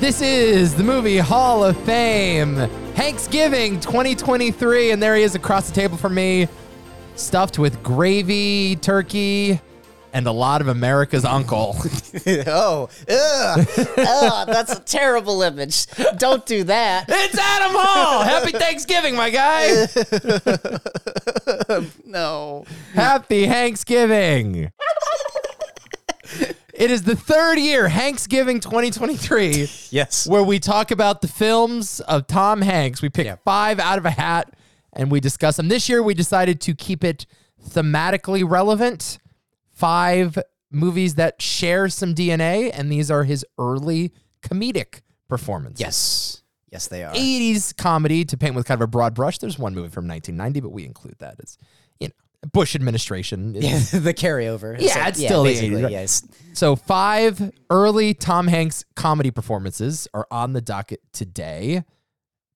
This is the movie Hall of Fame, Thanksgiving 2023, and there he is across the table from me, stuffed with gravy, turkey, and a lot of America's uncle. oh, ugh, ugh, Oh, that's a terrible image. Don't do that. it's Adam Hall! Happy Thanksgiving, my guy! No. Happy Thanksgiving! It is the third year, Thanksgiving 2023. Yes. where we talk about the films of Tom Hanks. We pick five out of a hat and we discuss them. This year, we decided to keep it thematically relevant. Five movies that share some DNA, and these are his early comedic performances. Yes. Yes, they are. 80s comedy to paint with kind of a broad brush. There's one movie from 1990, but we include that as, you know, Bush administration. Yeah, the carryover. Yeah, like- it's still the basically, 80s, right? Yes. So five early Tom Hanks comedy performances are on the docket today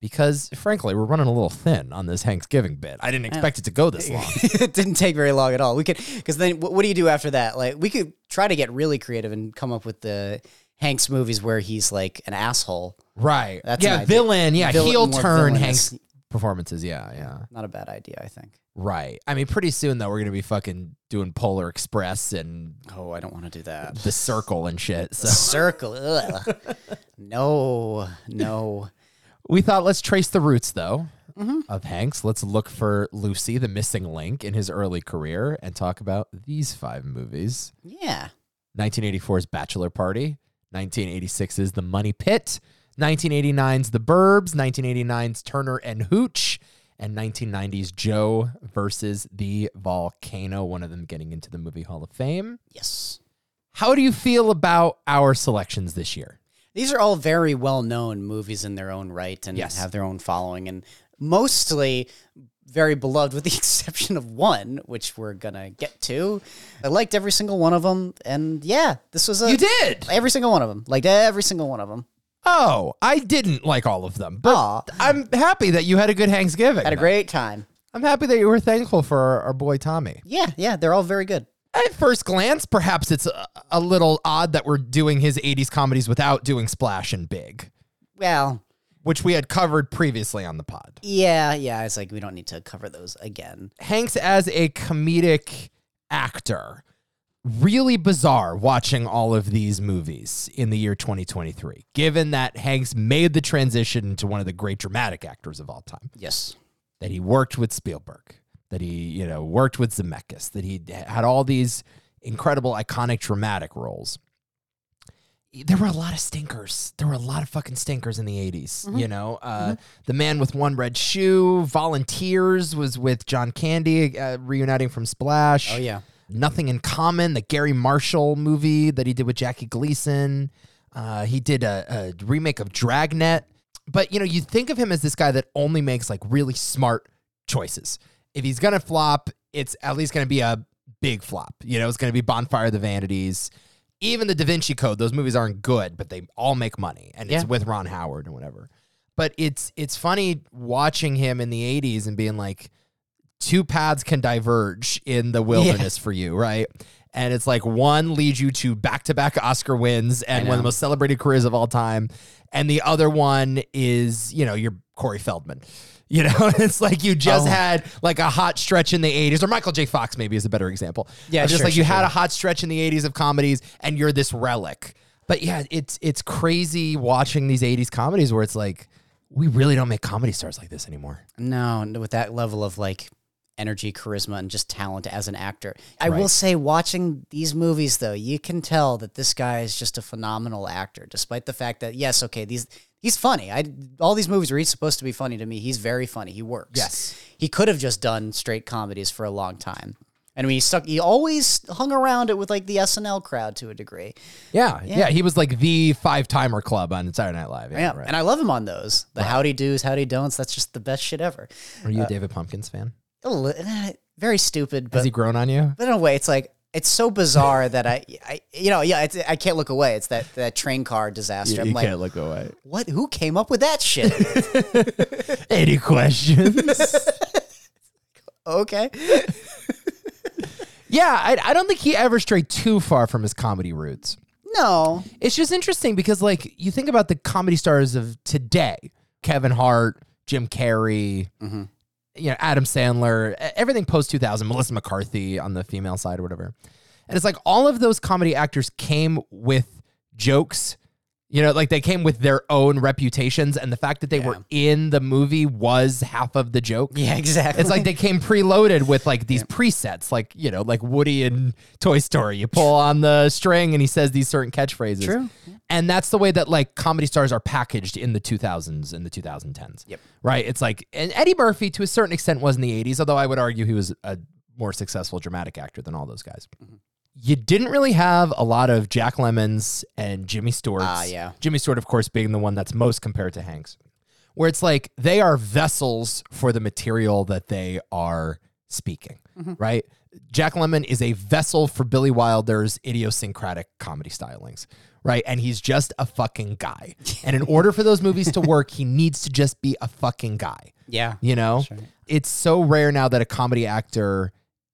because frankly, we're running a little thin on this Thanksgiving bit. I didn't expect it to go this long. it didn't take very long at all. We could, because then wh- what do you do after that? Like, we could try to get really creative and come up with the Hanks movies where he's like an asshole. right. That's an yeah, idea. villain, yeah, Villain- heel more turn villainous. Hanks performances. Yeah, yeah. Not a bad idea, I think. Right. I mean, pretty soon though, we're gonna be fucking doing Polar Express and Oh, I don't want to do that. the circle and shit. So Circle. Ugh. No, no. we thought let's trace the roots though of Hanks. Let's look for Lucy, the missing link in his early career, and talk about these five movies. Yeah. 1984's Bachelor Party, 1986's The Money Pit, 1989's The Burbs, 1989's Turner and Hooch, and 1990's Joe versus the Volcano, one of them getting into the Movie Hall of Fame. Yes. How do you feel about our selections this year? These are all very well known movies in their own right and Yes. have their own following and mostly very beloved with the exception of one, which we're gonna get to. I liked every single one of them and yeah, this was a You did. every single one of them. Liked every single one of them. Oh, I didn't like all of them, but Aw. I'm happy that you had a good Thanksgiving. Had a though. great time. I'm happy that you were thankful for our, our boy Tommy. Yeah, yeah, they're all very good. At first glance, perhaps it's a, a little odd that we're doing his 80s comedies without doing Splash and Big, Well, which we had covered previously on the pod. yeah, yeah. It's like we don't need to cover those again. Hanks, as a comedic actor, really bizarre watching all of these movies in the year 2023, given that Hanks made the transition to one of the great dramatic actors of all time, Yes. that he worked with Spielberg, that he, you know, worked with Zemeckis, that he had all these incredible, iconic dramatic roles. there were a lot of stinkers. There were a lot of fucking stinkers in the 80s, Mm-hmm. you know. Uh, The Man with One Red Shoe, Volunteers was with John Candy uh, reuniting from Splash. Oh yeah. Nothing in Common, the Gary Marshall movie that he did with Jackie Gleason. Uh, he did a, a remake of Dragnet. But, you know, you think of him as this guy that only makes like really smart choices. If he's going to flop, it's at least going to be a big flop. You know, it's going to be Bonfire of the Vanities. Even the Da Vinci Code, those movies aren't good, but they all make money. And it's Yeah. with Ron Howard and whatever. But it's it's funny watching him in the 80s and being like, two paths can diverge in the wilderness for you, right? And it's like one leads you to back to back Oscar wins and one of the most celebrated careers of all time. And the other one is, you know, your Corey Feldman. You know, it's like you just Oh. had like a hot stretch in the 80s, or Michael J. Fox maybe is a better example. Yeah, Of just sure, like you sure, had sure. a hot stretch in the 80s of comedies and you're this relic. But yeah, it's it's crazy watching these 80s comedies where it's like, we really don't make comedy stars like this anymore. No, no, with that level of like energy, charisma, and just talent as an actor. I Right. will say, watching these movies though, you can tell that this guy is just a phenomenal actor, despite the fact that yes, okay, these he's funny. I all these movies are he's supposed to be funny to me. He's very funny. He works. Yes. he could have just done straight comedies for a long time. And when he stuck, he always hung around it with like the SNL crowd to a degree. Yeah, yeah, He was like the five timer club on Saturday Night Live. Yeah, Yeah, right. and I love him on those. The howdy do's, howdy don'ts. That's just the best shit ever. Are you a David Pumpkins fan? A li- eh, Very stupid, but Has he grown on you? but in a way, it's like it's so bizarre that I, I you know, yeah, it's, I can't look away. It's that that train car disaster. I'm like, look away. what? Who came up with that shit? Any questions? okay, yeah, I, I don't think he ever strayed too far from his comedy roots. No. It's just interesting because like you think about the comedy stars of today, Kevin Hart, Jim Carrey, Mhm. you know, Adam Sandler, e- everything post 2000, Melissa McCarthy on the female side or whatever. And it's like all of those comedy actors came with jokes. You know, like they came with their own reputations and the fact that they were in the movie was half of the joke. Yeah, exactly. It's like they came preloaded with like these presets, like you know, like Woody and Toy Story. You pull on the string, and he says these certain catchphrases. True. And that's the way that like comedy stars are packaged in the 2000s and the 2010s. Yep. Right. It's like, and Eddie Murphy to a certain extent was in the 80s, although I would argue he was a more successful dramatic actor than all those guys. You didn't really have a lot of Jack Lemmons and Jimmy Stewart's. Ah, yeah. Jimmy Stewart, of course, being the one that's most compared to Hanks, where it's like they are vessels for the material that they are speaking, Mm-hmm. right? Jack Lemon is a vessel for Billy Wilder's idiosyncratic comedy stylings, right? And he's just a fucking guy. and in order for those movies to work, he needs to just be a fucking guy. yeah. You know, Sure. it's so rare now that a comedy actor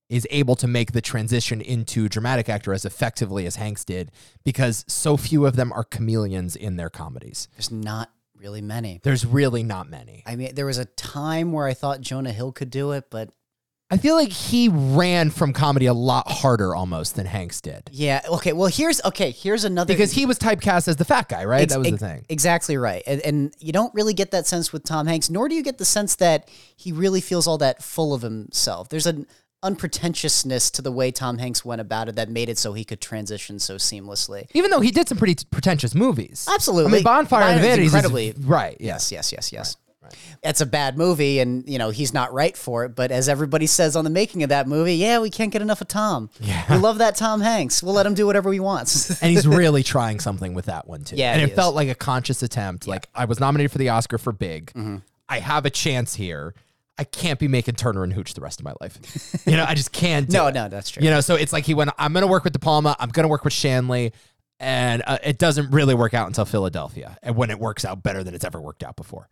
is able to make the transition into dramatic actor as effectively as Hanks did because so few of them are chameleons in their comedies. There's not really many. There's really not many. I mean, there was a time where I thought Jonah Hill could do it, but I feel like he ran from comedy a lot harder almost than Hanks did yeah. Okay. Well, here's okay. Here's another because he was typecast as the fat guy, right? Ex- that was the ex- thing. Exactly right. And, and you don't really get that sense with Tom Hanks, nor do you get the sense that he really feels all that full of himself. There's an unpretentiousness to the way Tom Hanks went about it that made it so he could transition so seamlessly. Even though he did some pretty t- pretentious movies. Absolutely. I mean, Bonfire and the Mine is Vanities is- incredibly- right, yes. Yes, yes, yes, yes. It's a bad movie, and you know he's not right for it. But as everybody says on the making of that movie, yeah, we can't get enough of Tom. Yeah. We love that Tom Hanks. We'll let him do whatever he wants. and he's really trying something with that one too. Yeah, and he it is. felt like a conscious attempt. Like I was nominated for the Oscar for Big. Mm-hmm. I have a chance here. I can't be making Turner and Hooch the rest of my life. you know, I just can't. Do no, it. no, that's true. You know, so it's like he went. I'm gonna work with De Palma. I'm gonna work with Shanley, and uh, it doesn't really work out until Philadelphia, and when it works out better than it's ever worked out before.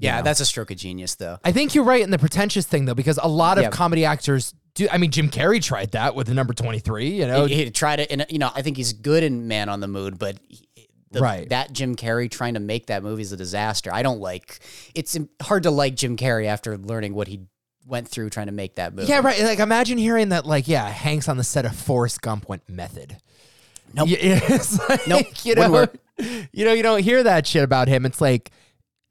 yeah, that's a stroke of genius, though. I think you're right in the pretentious thing though, because a lot of Yeah. comedy actors do. I mean, Jim Carrey tried that with the number 23. You know, he, he tried it, and you know, I think he's good in Man on the Moon, but he, the, Right. that Jim Carrey trying to make that movie is a disaster. I don't like. It's im- hard to like Jim Carrey after learning what he went through trying to make that movie. Yeah, right. Like imagine hearing that. Like, yeah, Hanks on the set of Forrest Gump went method. No, Nope. it's like, Nope. You Wouldn't know, work. you know, you don't hear that shit about him. It's like,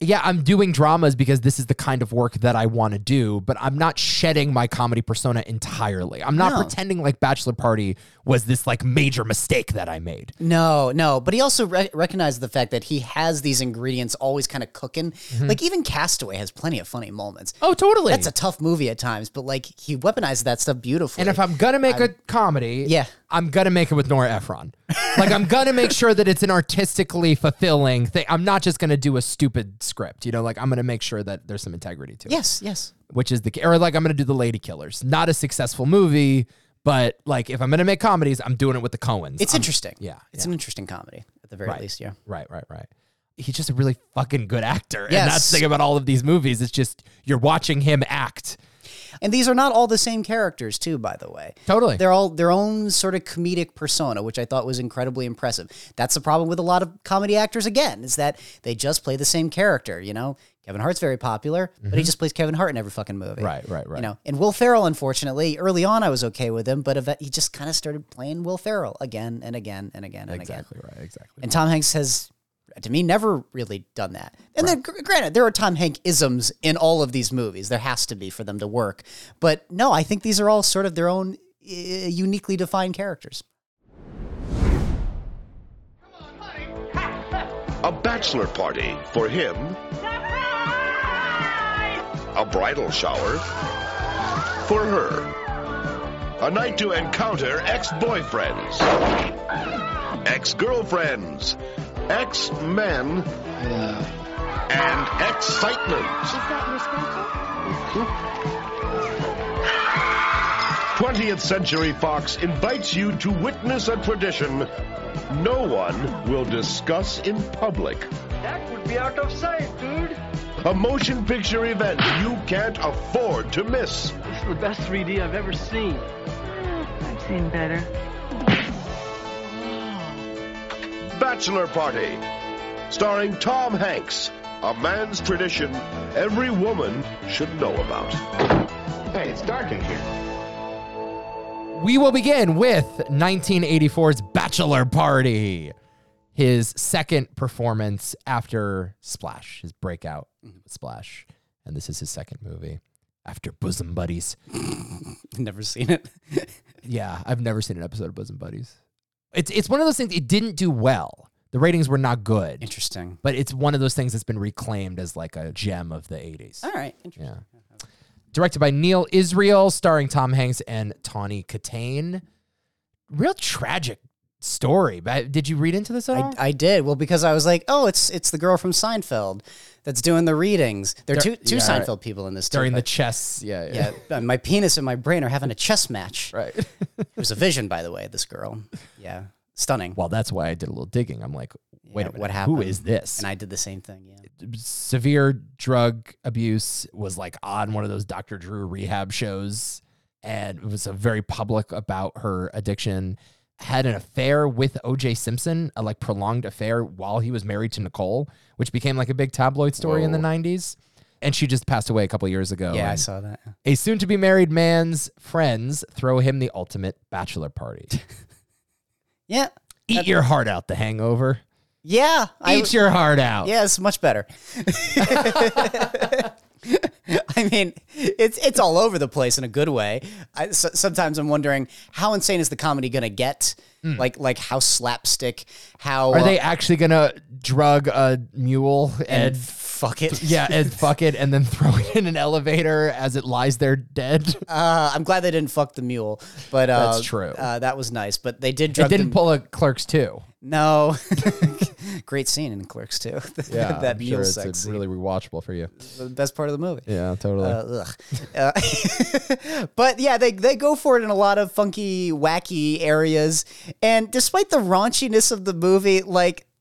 yeah, I'm doing dramas because this is the kind of work that I want to do, but I'm not shedding my comedy persona entirely. I'm not No. pretending like Bachelor Party was this like major mistake that I made. No, no, but he also re- recognized the fact that he has these ingredients always kind of cooking. Like even Castaway has plenty of funny moments. Mm-hmm. Oh, totally. That's a tough movie at times, but like he weaponized that stuff beautifully. and if I'm gonna make a comedy, Yeah. I'm gonna make it with Nora Ephron. like I'm gonna make sure that it's an artistically fulfilling thing. I'm not just gonna do a stupid script, you know. Like I'm gonna make sure that there's some integrity to it, yes, yes, which is the or like I'm gonna do the Lady Killers, not a successful movie, but like if I'm gonna make comedies, I'm doing it with the Coens. it's I'm- interesting. yeah, it's an interesting comedy at the very Right. least. Yeah, Right, right, right. He's just a really fucking good actor, and Yes. that's the thing about all of these movies. It's just you're watching him act. and these are not all the same characters too. By the way, Totally. they're all their own sort of comedic persona, which I thought was incredibly impressive. That's the problem with a lot of comedy actors, again, is that they just play the same character. You know, Kevin Hart's very popular, but he just plays Kevin Hart in every fucking movie. Mm-hmm. Right, right, right. You know, and Will Ferrell, unfortunately, early on I was okay with him, but event- he just kind of started playing Will Ferrell again and again and again and again. Exactly right. Exactly. And Tom Hanks has, to me, never really done that. And then, gr- granted, there are Tom Hank isms in all of these movies. There has to be for them to work. But no, I think these are all sort of their own uh, uniquely defined characters. A bachelor party for him. A bridal shower for her. A night to encounter ex boyfriends, ex girlfriends, ex men, and excitement. 20th Century Fox invites you to witness a tradition no one will discuss in public. That would be out of sight, dude. A motion picture event you can't afford to miss. This is the best 3D I've ever seen. I've seen better. Bachelor Party, starring Tom Hanks, a man's tradition every woman should know about. Hey, it's dark in here. We will begin with 1984's Bachelor Party, his second performance after Splash, his breakout with Splash. And this is his second movie after Bosom Buddies. Never seen it. Yeah, I've never seen an episode of Bosom Buddies. It's, it's one of those things, it didn't do well. The ratings were not good, Interesting. but it's one of those things that's been reclaimed as like a gem of the 80s. All right. Interesting. Yeah. Directed by Neil Israel, starring Tom Hanks and Tawny Katane. Real tragic story. But did you read into this at all? I, I did well because I was like, oh, it's it's the girl from Seinfeld that's doing the readings. There are two two yeah, Seinfeld people in this too, During the but- chess. Yeah. yeah. uh, my penis and my brain are having a chess match. Right. It was a vision, by the way. This girl, yeah, stunning. well, that's why I did a little digging. I'm like, wait, Yeah, a minute, what Who happened? is this? And I did the same thing. Yeah, Severe drug abuse was like on one of those Dr. Drew rehab shows and was uh, very public about her addiction. Had an affair with OJ Simpson, a like prolonged affair while he was married to Nicole, which became like a big tabloid story in the 90s. And she just passed away a couple years ago. yeah, Oh, I And saw that. a soon to be married man's friends throw him the ultimate bachelor party. Yeah, Eat your heart out, the hangover. yeah, I, Eat your heart out. yeah. It's much better. I mean, it's it's all over the place in a good way. I, so, sometimes I'm wondering how insane is the comedy going to get? Like like how slapstick? How Hmm. Are uh, they actually gonna drug a mule and, uh, fuck it? yeah, and fuck it, and then throw it in an elevator as it lies there dead? Uh, I'm glad they didn't fuck the mule, but uh, That's true. Uh, that was nice, but they did. Drug it didn't the- pull a Clerks too. No. Great scene in Clerks too. that mule sex scene. really rewatchable for you. the best part of the movie. Yeah, totally. Uh, ugh. Uh, but yeah, they, they go for it in a lot of funky, wacky areas. And despite the raunchiness of the movie, like,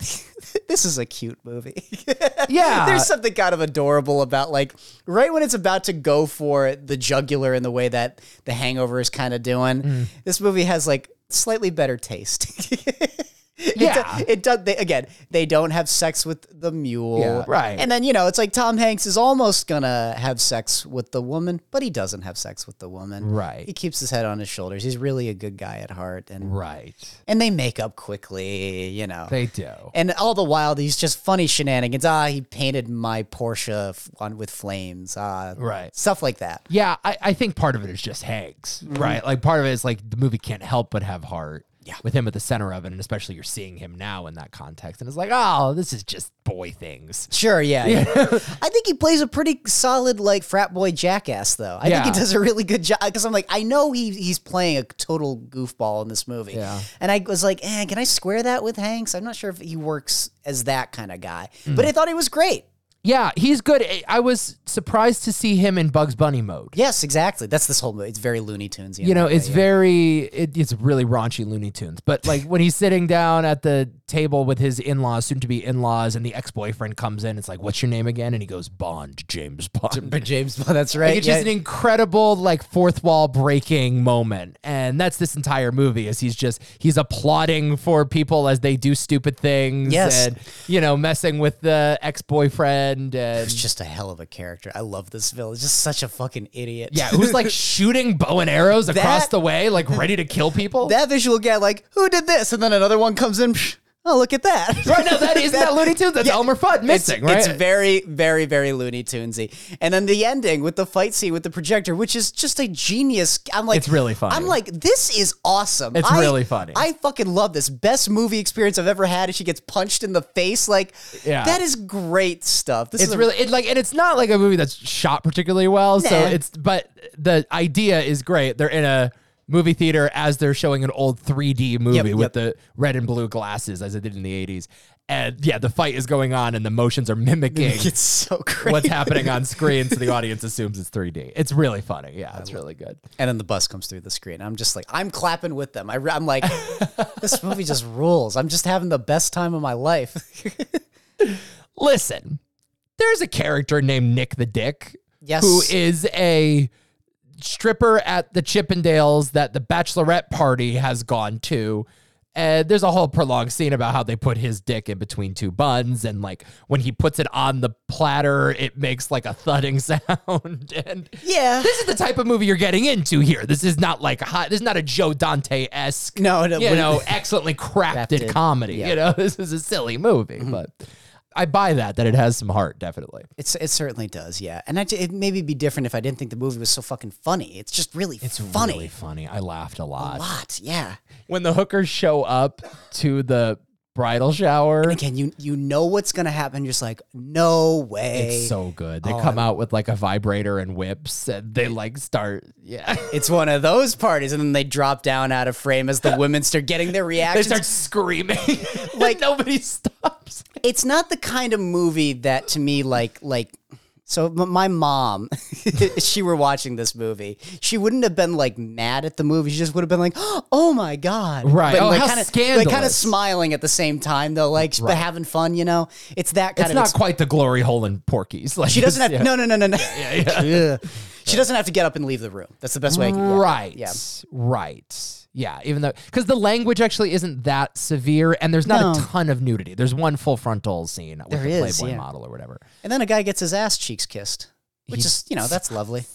this is a cute movie. yeah, There's something kind of adorable about, like, right when it's about to go for the jugular in the way that The Hangover is kind of doing, Mm. this movie has, like, slightly better taste. It do- Yeah. it does. They, again, they don't have sex with the mule, Yeah, right. And then you know, it's like Tom Hanks is almost gonna have sex with the woman, but he doesn't have sex with the woman, Right. He keeps his head on his shoulders. He's really a good guy at heart, and right. and they make up quickly, you know. They do. and all the while, these just funny shenanigans. Ah, he painted my Porsche f- on with flames. Ah, Right. Stuff like that. Yeah, I, I think part of it is just Hanks, right? Like part of it is like the movie can't help but have heart. Mm-hmm. Yeah. With him at the center of it, and especially you're seeing him now in that context. And it's like, oh, this is just boy things. Sure, yeah, yeah. I think he plays a pretty solid like frat boy jackass though. I Yeah. think he does a really good job because I'm like I know he he's playing a total goofball in this movie. Yeah. And I was like, eh, can I square that with Hanks? I'm not sure if he works as that kind of guy, but I thought he was great. Yeah, he's good. I- I was surprised to see him in Bugs Bunny mode. Yes, exactly. That's this whole movie. It's very Looney Tunes. you know, it's very it, it's really raunchy Looney Tunes. But like when he's sitting down at the table with his in laws, soon to be in laws, and the ex boyfriend comes in, it's like, "What's your name again?" And he goes, "Bond, James Bond." Like, James Bond. That's right. it's yeah. just an incredible like fourth wall breaking moment, and that's this entire movie. Is he's just he's applauding for people as they do stupid things, Yes. and you know, messing with the ex boyfriend, and It's just a hell of a character. I love this villain. It's just such a fucking idiot. yeah, who's like shooting bow and arrows across That- the way, like ready to kill people. that visual guy. Like, who did this? And then another one comes in. psh, Oh, look at that. Right now, that isn't that Looney Tunes. That's Yeah. Elmer Fudd missing, right? It's very, very, very Looney Tunesy. And then the ending with the fight scene with the projector, which is just a genius. I'm like, It's really funny. I'm like, this is awesome. It's I- really funny. I fucking love this. Best movie experience I've ever had. Is she gets punched in the face? Like, Yeah. that is great stuff. This it's is a- really it, like, and it's not like a movie that's shot particularly well. So Nah. it's, but the idea is great. They're in a movie theater as they're showing an old 3D movie Yep, with yep. the red and blue glasses, as it did in the 80s. And yeah, the fight is going on, and the motions are mimicking it's so great. what's happening on screen, so the audience assumes it's 3D. It's really funny. Yeah, it's really good. And then the bus comes through the screen. I'm just like, I'm clapping with them. I, am like, this movie just rules. I'm just having the best time of my life. Listen, there's a character named Nick the Dick yes. who is a stripper at the Chippendales that the bachelorette party has gone to. And there's a whole prolonged scene about how they put his dick in between two buns, and like when he puts it on the platter, it makes like a thudding sound. and Yeah. this is the type of movie you're getting into here. This is not like a hot. This is not a Joe Dante esque. No, no, you we- know, excellently crafted, Crafted, comedy. yeah. Mm-hmm. You know, this is a silly movie, but I buy that that it has some heart, definitely. It's it certainly does, yeah. And I, it maybe be different if I didn't think the movie was so fucking funny. It's just really It's funny. really funny. I laughed a a lot. lot, yeah. when the hookers show up to the bridal shower. Again, you you know what's gonna happen. You're just like, no way. It's so good. Oh, They come out with like a vibrator and whips, and they like start. Yeah, It's one of those parties, and then they drop down out of frame as the women start getting their they reactions. start screaming. like Like- nobody stops. it's not the kind of movie that to me like like so m- my mom if she were watching this movie she wouldn't have been like mad at the movie she just would have been like oh my god Right. but Oh, like, how kinda, like kind of scandalous. smiling at the same time though like but having fun you know it's that kind It's of not ex- quite the glory hole in Porky's. Like she doesn't have yeah. no no no no no Ugh. she doesn't have to get up and leave the room that's the best way I can, yeah. Right. yeah Right. Yeah. Even though, because the language actually isn't that severe, and there's not a No. ton of nudity. There's one full frontal scene with There the is, Playboy yeah. model or whatever. and then a guy gets his ass cheeks kissed which He- is you know that's lovely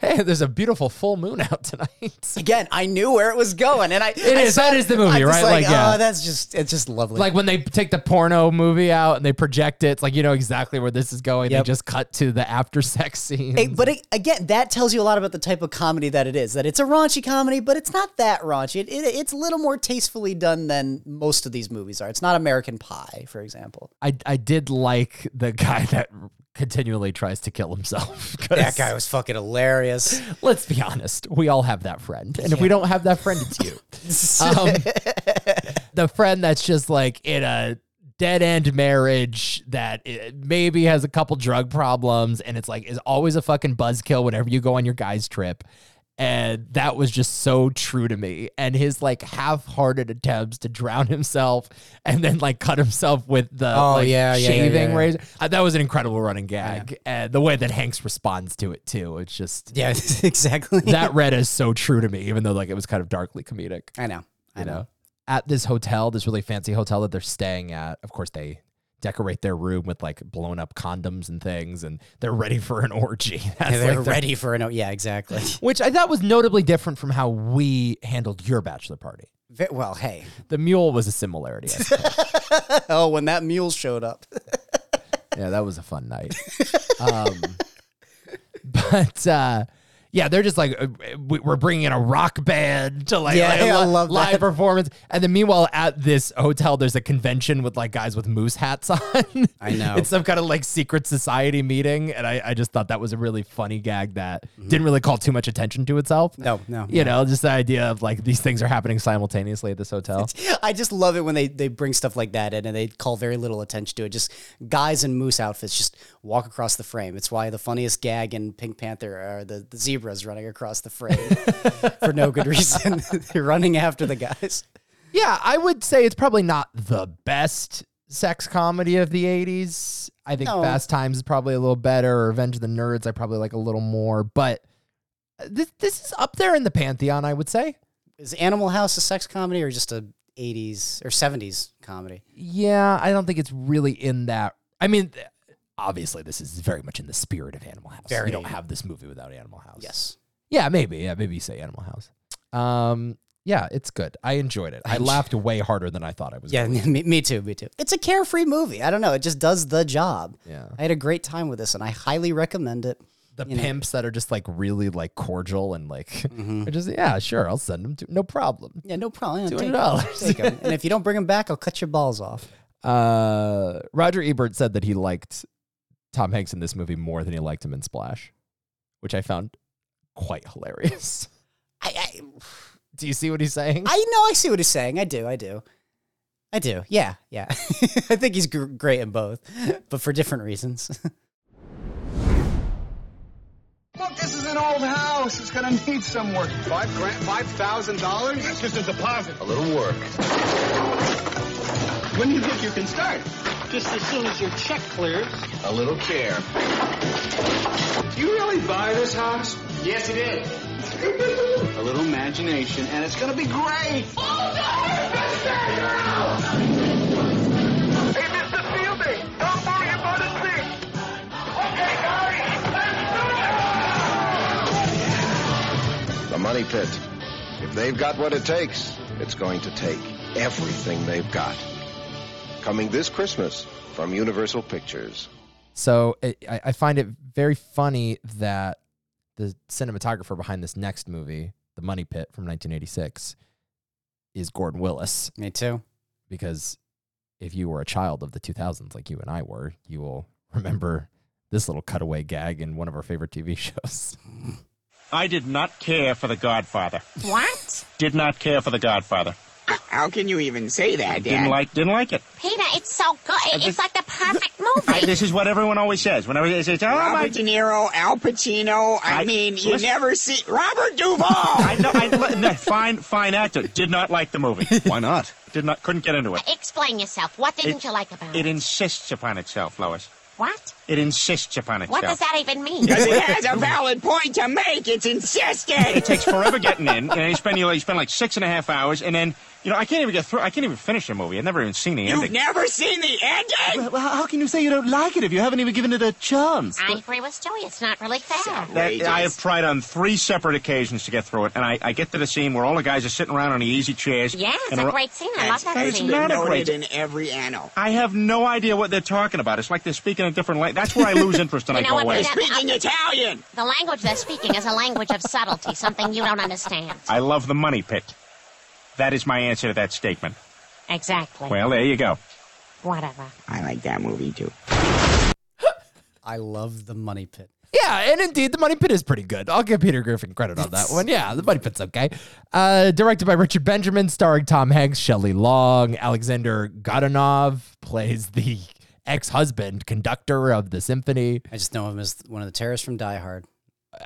Hey, there's a beautiful full moon out tonight. again I knew where it was going and I It is. That is the movie, I'm right? just like, yeah. oh, that's just it's just lovely. like when they take the porno movie out and they project it, it's like you know exactly where this is going. Yep. They just cut to the after sex scene. It- but it, again, that tells you a lot about the type of comedy that it is. That it's a raunchy comedy, but it's not that raunchy. It, it, it's a little more tastefully done than most of these movies are. It's not American Pie, for example. I I did like the guy that continually tries to kill himself. 'cause was fucking hilarious. Let's be honest, we all have that friend, and if we don't have that friend, it's you. um, the friend that's just like in a dead end marriage that i- maybe has a couple drug problems, and it's like is always a fucking buzzkill whenever you go on your guys trip. And that was just so true to me. And his like half hearted attempts to drown himself and then like cut himself with the Oh, like, yeah, yeah, yeah, shaving yeah. razor. Uh, that was an incredible running gag. And the way that Hanks responds to it too. It's just Yeah, exactly. that red is so true to me, even though like it was kind of darkly comedic. I know. I You know. know, at this hotel, this really fancy hotel that they're staying at. Of course, they decorate their room with like blown up condoms and things, and they're ready for an orgy. That's they're like their- ready for an. Yeah, exactly. which I thought was notably different from how we handled your bachelor party. Ve- well, hey. The mule was a similarity. I suppose. Oh, when that mule showed up. yeah, that was a fun night. Um, but uh, yeah, they're just like uh, we- we're bringing in a rock band to like, Yeah, like, I li- love that. live performance, and then meanwhile at this hotel, there's a convention with like guys with moose hats on. I know. it's some kind of like secret society meeting, and I, I just thought that was a really funny gag that didn't really call too much attention to itself. Mm-hmm. No, no, you know, just the idea of like these things are happening simultaneously at this hotel. I just love it when they, they bring stuff like that in and they call very little attention to it. Just guys in moose outfits just walk across the frame. It's why the funniest gag in Pink Panther are the, the zebras running across the frame for no good reason. They're running after the guys. Yeah, I would say it's probably not the best sex comedy of the 80s. I think No. Fast Times is probably a little better, or Revenge of the Nerds, I probably like a little more, but this, this is up there in the pantheon, I would say. Is Animal House a sex comedy or just a 80s or 70s comedy? Yeah, I don't think it's really in that. I mean, th- obviously, this is very much in the spirit of Animal House. Very. You don't have this movie without Animal House. Yes. Yeah, maybe. Yeah, maybe you say Animal House. Um, yeah, it's good. I enjoyed it. I, laughed way harder than I thought I was. Yeah, me, me too, me too. It's a carefree movie. I don't know. It just does the job. Yeah. I had a great time with this and I highly recommend it. the you know. pimps that are just like really like cordial and like Mm-hmm. are just yeah sure I'll send them to no problem Yeah, no problem. Yeah, two take hundred it. dollars. Take 'em. And if you don't bring them back, I'll cut your balls off. Uh, Roger Ebert said that he liked Tom Hanks in this movie more than he liked him in Splash, which I found quite hilarious. I, I, Do you see what he's saying? I know I see what he's saying. I do. I do. I do. Yeah. Yeah. I think he's gr- great in both, but for different reasons. Look, this is an old house. It's gonna need some work. Five grand, five thousand dollars? That's just a deposit. A little work. When do you think you can start? Just as soon as your check clears. A little care. You really buy this house? Yes, it is. a little imagination, and it's gonna be great. Hey, Mr. Fielding, don't worry about a thing. Okay, guys, let's do it! The money pit. If they've got what it takes, it's going to take everything they've got. Coming this Christmas from Universal Pictures. So it, I, I find it very funny that the cinematographer behind this next movie, The Money Pit from 1986, is Gordon Willis. Me too. Because if you were a child of the 2000s, like you and I were, you will remember this little cutaway gag in one of our favorite TV shows. I did not care for The Godfather. What? Did not care for The Godfather. How can you even say that, Didn't Dad? like. Didn't like it. Peter, it's so good. It- It's like the perfect movie. I, this is what everyone always says. Whenever they say, "Oh my," Robert De Niro, Al Pacino. I, I- mean, you listen- never see Robert I Duvall. know. I, no, fine, fine actor. Did not like the movie. Why not? Did not. Couldn't get into it. Explain yourself. What didn't It- you like about It it? insists upon itself, Lois. What? It insists upon itself. What does that even mean? Because it has a valid point to make. It's It insistent. takes forever getting in, and you spend you, like, you spend like six and a half hours, and then you know I can't even get through. I can't even finish the movie. I've never even seen the You've ending. never seen the ending? well, how can you say you don't like it if you haven't even given it a chance? I agree with Stewie. Oh, It's not really fair. That, I have tried on three separate occasions to get through it, and I, I get to the scene where all the guys are sitting around on the easy chairs. Yeah, it's and a we're- great scene. I love that That's scene. not been a great- noted in every annal. I have no idea what they're talking about. It's like they're speaking a different language. That's where I lose interest and You I know go what, away. Peter? Speaking Italian. The language they're speaking is a language of subtlety, something you don't understand. I love the money pit. That is my answer to that statement. Exactly. Well, there you go. Whatever. I like that movie too. I love the money pit. Yeah, and indeed, The Money Pit is pretty good. I'll give Peter Griffin credit on that one. Yeah, The Money Pit's okay. Uh, directed by Richard Benjamin, starring Tom Hanks, Shelley Long, Alexander Godunov plays the ex-husband conductor of the symphony. I just know him as one of the terrorists from Die Hard.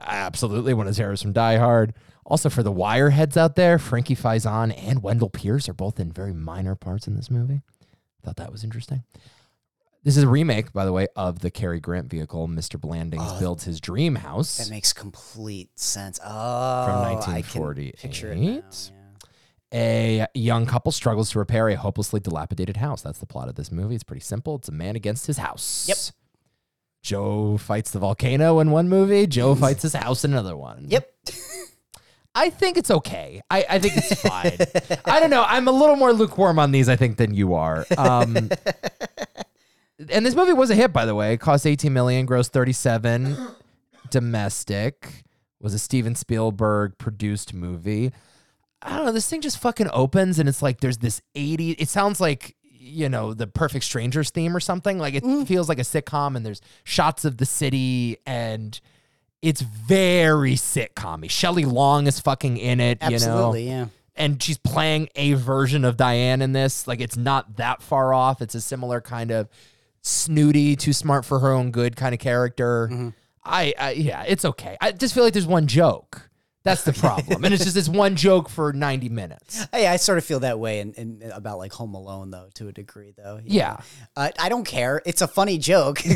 Absolutely one of the terrorists from Die Hard. Also for the wire heads out there, Frankie Faison and Wendell Pierce are both in very minor parts in this movie. Thought that was interesting. This is a remake, by the way, of the Cary Grant vehicle. Mr. Blandings builds his dream house. Oh. That makes complete sense. Oh, from I can 1948. picture it. now, yeah. A young couple struggles to repair a hopelessly dilapidated house. That's the plot of this movie. It's pretty simple. It's a man against his house. Yep. Joe fights the volcano in one movie. Joe fights his house in another one. Yep. I think it's okay. I, I think it's fine. I don't know. I'm a little more lukewarm on these, I think, than you are. Um, and this movie was a hit, by the way. It cost 18 million, grossed 37 domestic. Was a Steven Spielberg produced movie. I don't know. This thing just fucking opens and it's like there's this 80. It sounds like, you know, the Perfect Strangers theme or something. Like it feels like a sitcom and there's shots of the city and it's very sitcom Shelley Long is fucking in it, Absolutely, you know. yeah. And she's playing a version of Diane in this. Like it's not that far off. It's a similar kind of snooty, too smart for her own good kind of character. I, I yeah, it's okay. I just feel like there's one joke. That's the problem. and it's just this one joke for 90 minutes. Hey, I sort of feel that way in, in about like Home Alone though, to a degree though. you Yeah. know. uh, I don't care. It's a funny joke.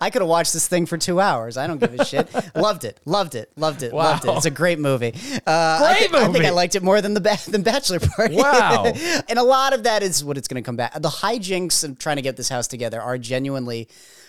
I could have watched this thing for two hours. I don't give a shit. loved it. Loved it. Loved it. Loved it. Wow. It's a great movie. Uh, I, Great thi- I think movie. I liked it more than the ba- than Bachelor Party. Wow. and a lot of that is what it's going to come back. The hijinks of trying to get this house together are genuinely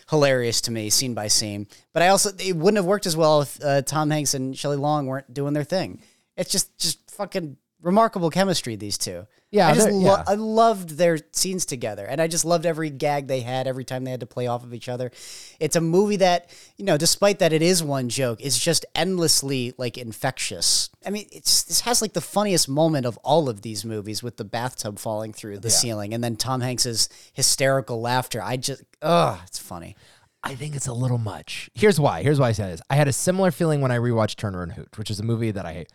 hilarious to me, scene by scene. But I also it wouldn't have worked as well if uh, Tom Hanks and Shelley Long weren't doing their thing. It's just just fucking remarkable chemistry these two. Yeah, I just they're- lo- yeah. I loved their scenes together, and I just loved every gag they had every time they had to play off of each other. It's a movie that you know, despite that it is one joke, it's just endlessly like infectious. I mean, it's this has like the funniest moment of all of these movies with the bathtub falling through the ceiling, and then Tom Hanks's hysterical laughter. I just, ugh, it's funny. I think it's a little much. Here's why. Here's why I say this. I had a similar feeling when I rewatched Turner and Hooch, which is a movie that I,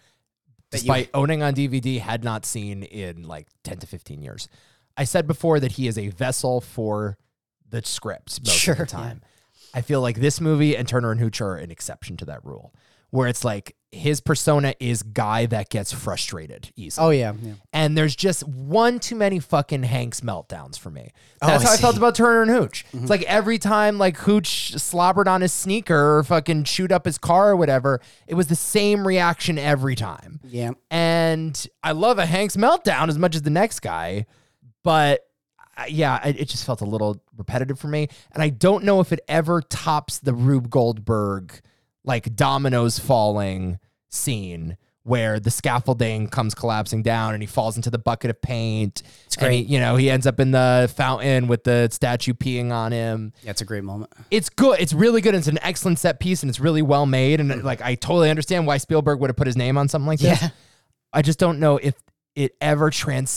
Mm-hmm. despite owning on DVD, had not seen in like 10 to 15 years. I said before that he is a vessel for the script most Sure, of the yeah. time. I feel like this movie and Turner and Hooch are an exception to that rule, where it's like his persona is guy that gets frustrated easily. Oh yeah, yeah. And there's just one too many fucking Hanks meltdowns for me. Oh, That's I how I felt see. Mm-hmm. about Turner and Hooch. It's like every time like Hooch slobbered on his sneaker or fucking chewed up his car or whatever, it was the same reaction every time. Yeah. And I love a Hanks meltdown as much as the next guy, but uh, yeah, it, it just felt a little repetitive for me. And I don't know if it ever tops the Rube Goldberg, like dominoes falling scene where the scaffolding comes collapsing down and he falls into the bucket of paint. It's great. you know, he ends up in the fountain with the statue peeing on him That's a great moment. it's good. It's really good. It's an excellent set piece and it's really well made. And like, I totally understand why Spielberg would have put his name on something like this. Mm. Yeah. I just don't know if it ever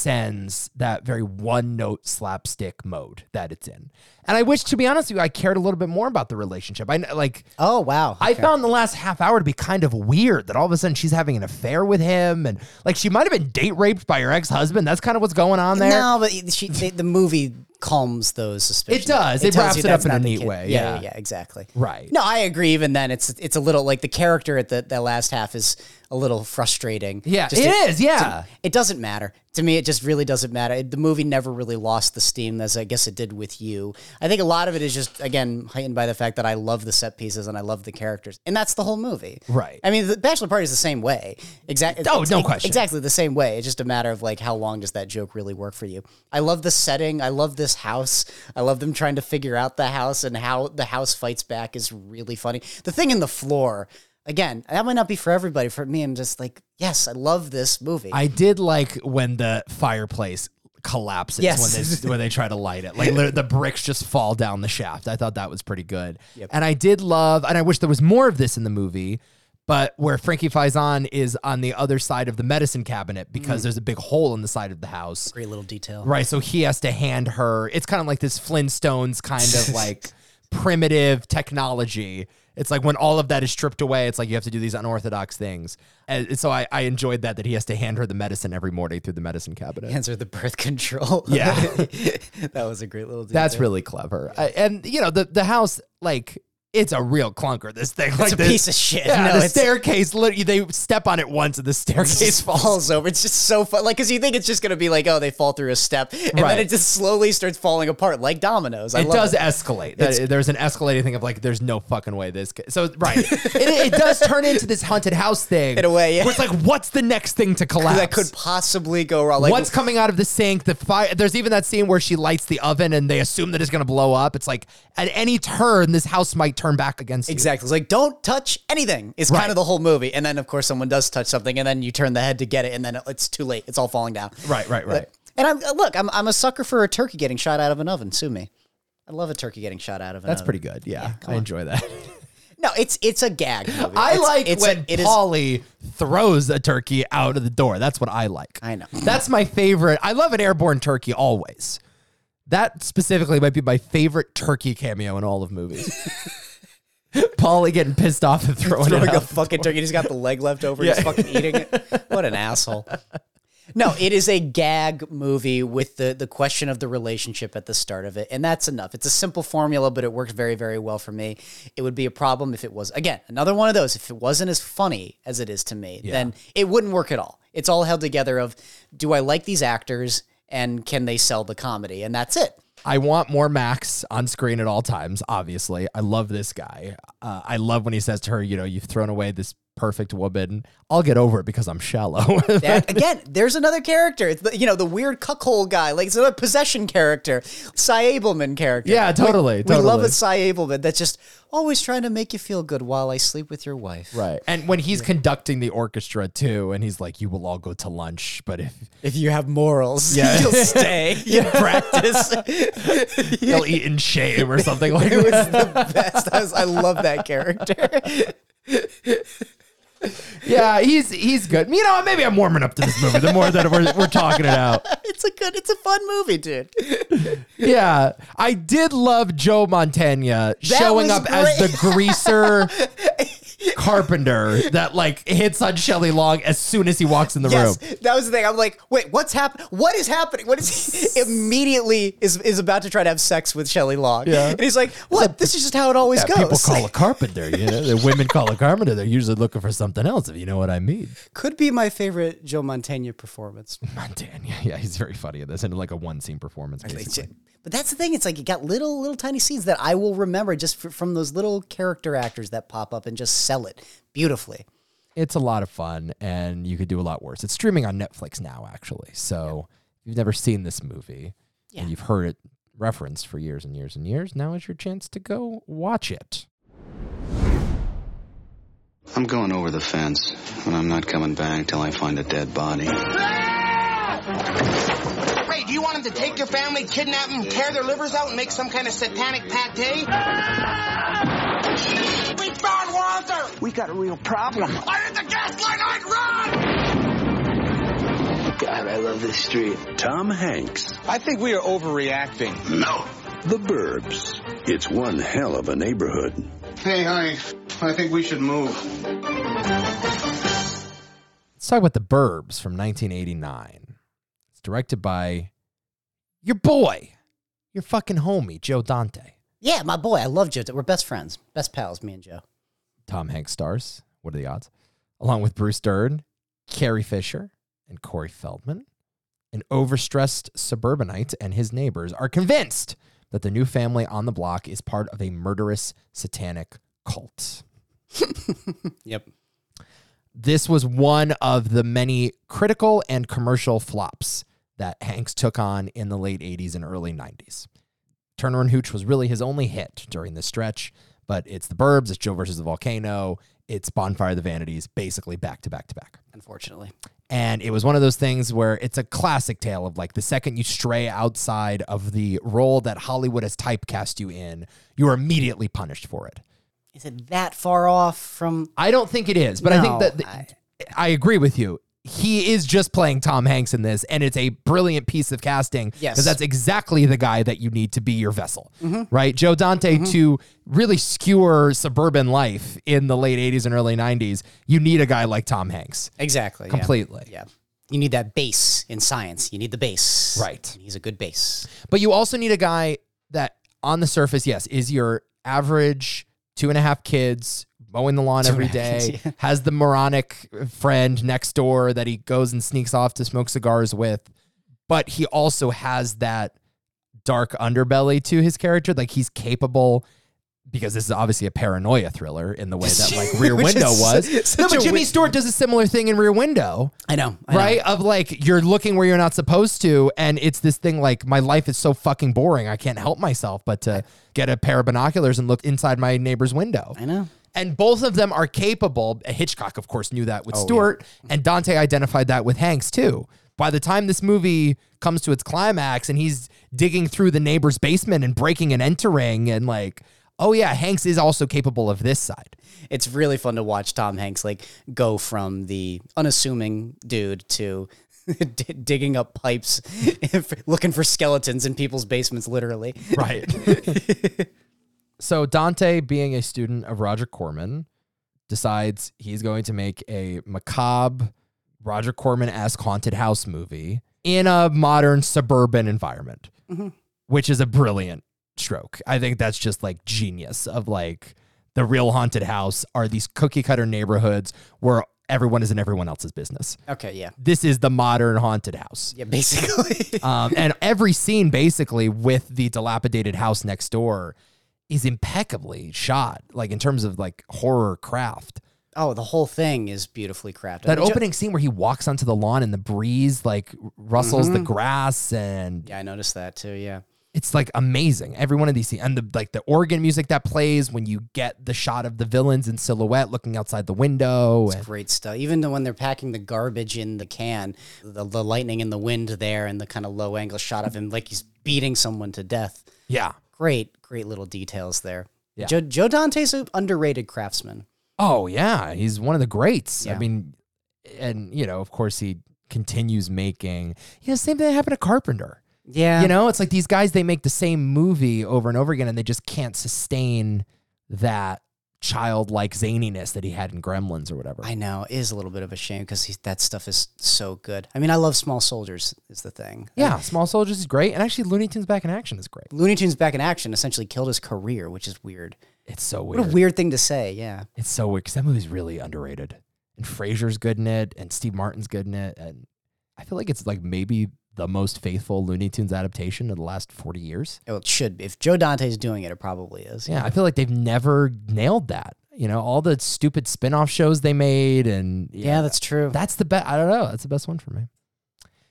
transcends that very one note slapstick mode that it's in. And I wish, to be honest with you, I cared a little bit more about the relationship. I kn- like, Oh wow. I Okay. found the last half hour to be kind of weird that all of a sudden she's having an affair with him. And like, she might have been date raped by her ex husband. That's kind of what's going on there. No, but she, they, the movie calms those suspicions. It does. It tells wraps you it up that's in a not the neat kid. way. Yeah, Yeah. yeah, yeah, exactly. Right. No, I agree. Even then, it's it's a little like the character at the, the last half is a little frustrating. Yeah, Just it is, yeah. it doesn't matter to me. It just really doesn't matter. It- the movie never really lost the steam as I guess it did with you. I think a lot of it is just again heightened by the fact that I love the set pieces and I love the characters, and that's the whole movie. Right. I mean, the Bachelor Party is the same way. Exactly. Oh, no question. Exactly the same way. It's just a matter of like how long does that joke really work for you? I love the setting. I love this house. I love them trying to figure out the house and how the house fights back is really funny. The thing in the floor. Again, that might not be for everybody. For me, I'm just like, yes, I love this movie. I did like when the fireplace collapses Yes. when they when they try to light it. Like li- the bricks just fall down the shaft. I thought that was pretty good. And I did love, and I wish there was more of this in the movie. But where Frankie Faison is on the other side of the medicine cabinet Mm. because there's a big hole in the side of the house. Great little detail. Right. So he has to hand her. It's kind of like this Flintstones kind of like primitive technology. It's like when all of that is stripped away, it's like you have to do these unorthodox things. And so I, I enjoyed that, that he has to hand her the medicine every morning through the medicine cabinet. Answer the birth control. Yeah. that was a great little detail. That's really clever. I, and, you know, the, the house, like, it's a real clunker, this thing. It's like a the- piece of shit. Yeah, No, the it's- staircase, literally, they step on it once and the staircase just falls. falls over. It's just so fun. Like, because you think it's just going to be like, oh, they fall through a step. And Right. then it just slowly starts falling apart like dominoes. I it love does it. escalate. That- there's an escalating thing of like, there's no fucking way this. Could, so right, it, it does turn into this haunted house thing In a way, yeah. Where it's like, what's the next thing to collapse? That could possibly go wrong. Like, What's coming out of the sink? The fire. There's even that scene where she lights the oven and they assume that it's gonna blow up. It's like at any turn, this house might turn back against you. Exactly. It's like, don't touch anything is Right. kind of the whole movie. And then, of course, someone does touch something, and then you turn the head to get it, and then it's too late. It's all falling down. Right, right, right. And I'm look, I'm, I'm a sucker for a turkey getting shot out of an oven. Sue me. I love a turkey getting shot out of an That's oven. pretty good. Yeah, I enjoy that. No, it's it's a gag. Movie. I It's- like it's when a, it is- Polly throws a turkey out of the door. That's what I like. I know. That's my favorite. I love an airborne turkey always. That specifically might be my favorite turkey cameo in all of movies. Polly getting pissed off and throwing, it throwing a out. fucking turkey. He's got the leg left over. He's fucking eating it. What an asshole. No, it is a gag movie with the the question of the relationship at the start of it, and that's enough. It's a simple formula, but it works very, very well for me. It would be a problem if it was again another one of those. If it wasn't as funny as it is to me, then it wouldn't work at all. It's all held together of do I like these actors and can they sell the comedy, and that's it. I want more Max on screen at all times, obviously. I love this guy. Uh, I love when he says to her, you know, you've thrown away this perfect woman. I'll get over it because I'm shallow. That- again, there's another character. It's the, you know, the weird cuckold guy. Like, it's another possession character. Cy Abelman character. Yeah, totally, We, we totally. love a Cy Abelman that's just always trying to make you feel good while I sleep with your wife. Right. And when he's conducting the orchestra too, and he's like, you will all go to lunch, but if If you have morals, you'll stay. You practice. you'll eat in shame or something like it was that. the best. I, was- I love that character. Yeah, he's he's good. You know, maybe I'm warming up to this movie the more that we're, we're talking it out. It's a good, it's a fun movie, dude. Yeah. I did love Joe Montana showing was up as the greaser carpenter that like hits on Shelley Long as soon as he walks in the Yes, room. that was the thing. I'm like, wait, what's happening? What is happening? What is he immediately is is about to try to have sex with Shelley Long? Yeah. and he's like, what? This is just how it always Yeah, goes. people call a carpenter. You know, the women call a carpenter. They're usually looking for something else, if you know what I mean. Could be my favorite Joe Montaigne performance. Montaigne, yeah, he's very funny in this, and like a one scene performance. Basically. But that's the thing. It's like you got little, little tiny scenes that I will remember just fr- from those little character actors that pop up and just sell it beautifully. It's a lot of fun, and you could do a lot worse. It's streaming on Netflix now, actually. So if you've never seen this movie, and you've heard it referenced for years and years and years, now is your chance to go watch it. I'm going over the fence, and I'm not coming back till I find a dead body. Wait, do you want them to take your family, kidnap them, tear their livers out, and make some kind of satanic pate? We found Walter! We got a real problem. Light the gas light, I'd run! God, I love this street. Tom Hanks. I think we are overreacting. No. The Burbs. It's one hell of a neighborhood. Hey, honey, I think we should move. Let's talk about The Burbs from 1989. It's directed by your boy, your fucking homie, Joe Dante. Yeah, my boy, I love Joe. We're best friends, best pals, me and Joe. Tom Hanks stars. What are the odds? Along with Bruce Dern, Carrie Fisher, and Corey Feldman. An overstressed suburbanite and his neighbors are convinced that the new family on the block is part of a murderous satanic cult. Yep. This was one of the many critical and commercial flops that Hanks took on in the late 80s and early 90s. Turner and Hooch was really his only hit during this stretch, but it's The Burbs, it's Joe versus the Volcano, it's Bonfire of the Vanities, basically back to back to back. Unfortunately. And it was one of those things where it's a classic tale of like the second you stray outside of the role that Hollywood has typecast you in, you are immediately punished for it. Is it that far off from? I don't think it is, but I think No, that the- I- I agree with you. He is just playing Tom Hanks in this, and it's a brilliant piece of casting. Yes. Because that's exactly the guy that you need to be your vessel, Mhm. right? Joe Dante, Mhm. to really skewer suburban life in the late 80s and early 90s, you need a guy like Tom Hanks. Exactly. yeah. Completely. Yeah. You need that base in science. You need the base. Right. And He's a good base. But you also need a guy that, on the surface, yes, is your average two and a half kids mowing the lawn Two every and a half day, kids, yeah. has the moronic friend next door that he goes and sneaks off to smoke cigars with, but he also has that dark underbelly to his character. Like he's capable. Because this is obviously a paranoia thriller in the way that like Rear Which is Window was. such No, a but Jimmy wi- Stewart does a similar thing in Rear Window I know. I know. right? Of like you're looking where you're not supposed to, and it's this thing like my life is so fucking boring, I can't help myself but to get a pair of binoculars and look inside my neighbor's window. I know. And both of them are capable. Hitchcock, of course, knew that with Oh, yeah. Stewart, and Dante identified that with Hanks too. By the time this movie comes to its climax and he's digging through the neighbor's basement and breaking and entering, and like, oh yeah, Hanks is also capable of this side. It's really fun to watch Tom Hanks like go from the unassuming dude to d- digging up pipes, looking for skeletons in people's basements, literally. Right. so Dante, being a student of Roger Corman, decides he's going to make a macabre Roger Corman esque haunted house movie in a modern suburban environment, Mhm. which is a brilliant stroke. I think that's just like genius of like the real haunted house are these cookie cutter neighborhoods where everyone is in everyone else's business. Okay. Yeah. This is the modern haunted house. Yeah. Basically. Um, and every scene, basically, with the dilapidated house next door, is impeccably shot. Like in terms of like horror craft. Oh, the whole thing is beautifully crafted. That Jo- opening scene where he walks onto the lawn and the breeze like rustles the Mhm. grass, and Yeah, I noticed that too. Yeah. it's like amazing. Every one of these scenes, and the like the organ music that plays when you get the shot of the villains in silhouette looking outside the window. It's and- great stuff. Even though when they're packing the garbage in the can, the, the lightning and the wind there and the kind of low angle shot of him like he's beating someone to death. yeah. Great, great little details there. Yeah. Joe, Joe Dante's an underrated craftsman. Oh yeah, he's one of the greats. I Yeah. mean, and you know, of course, he continues making. You know, same thing that happened to Carpenter. Yeah. You know, it's like these guys, they make the same movie over and over again and they just can't sustain that childlike zaniness that he had in Gremlins or whatever. I know it is a little bit of a shame because that stuff is so good. I mean, I love Small Soldiers is the thing. Yeah, Small Soldiers is great, and actually Looney Tunes Back in Action is great. Looney Tunes Back in Action essentially killed his career, which is weird. It's so What weird. a weird thing to say. Yeah. It's so weird because that movie's really underrated, and Frasier's good in it, and Steve Martin's good in it, and I feel like it's like maybe the most faithful Looney Tunes adaptation of the last forty years. Well, Oh, it should. If Joe Dante's doing it, it probably is. Yeah, I feel like they've never nailed that. You know, all the stupid spin-off shows they made and Yeah, that's true. That's the best I don't know, that's the best one for me.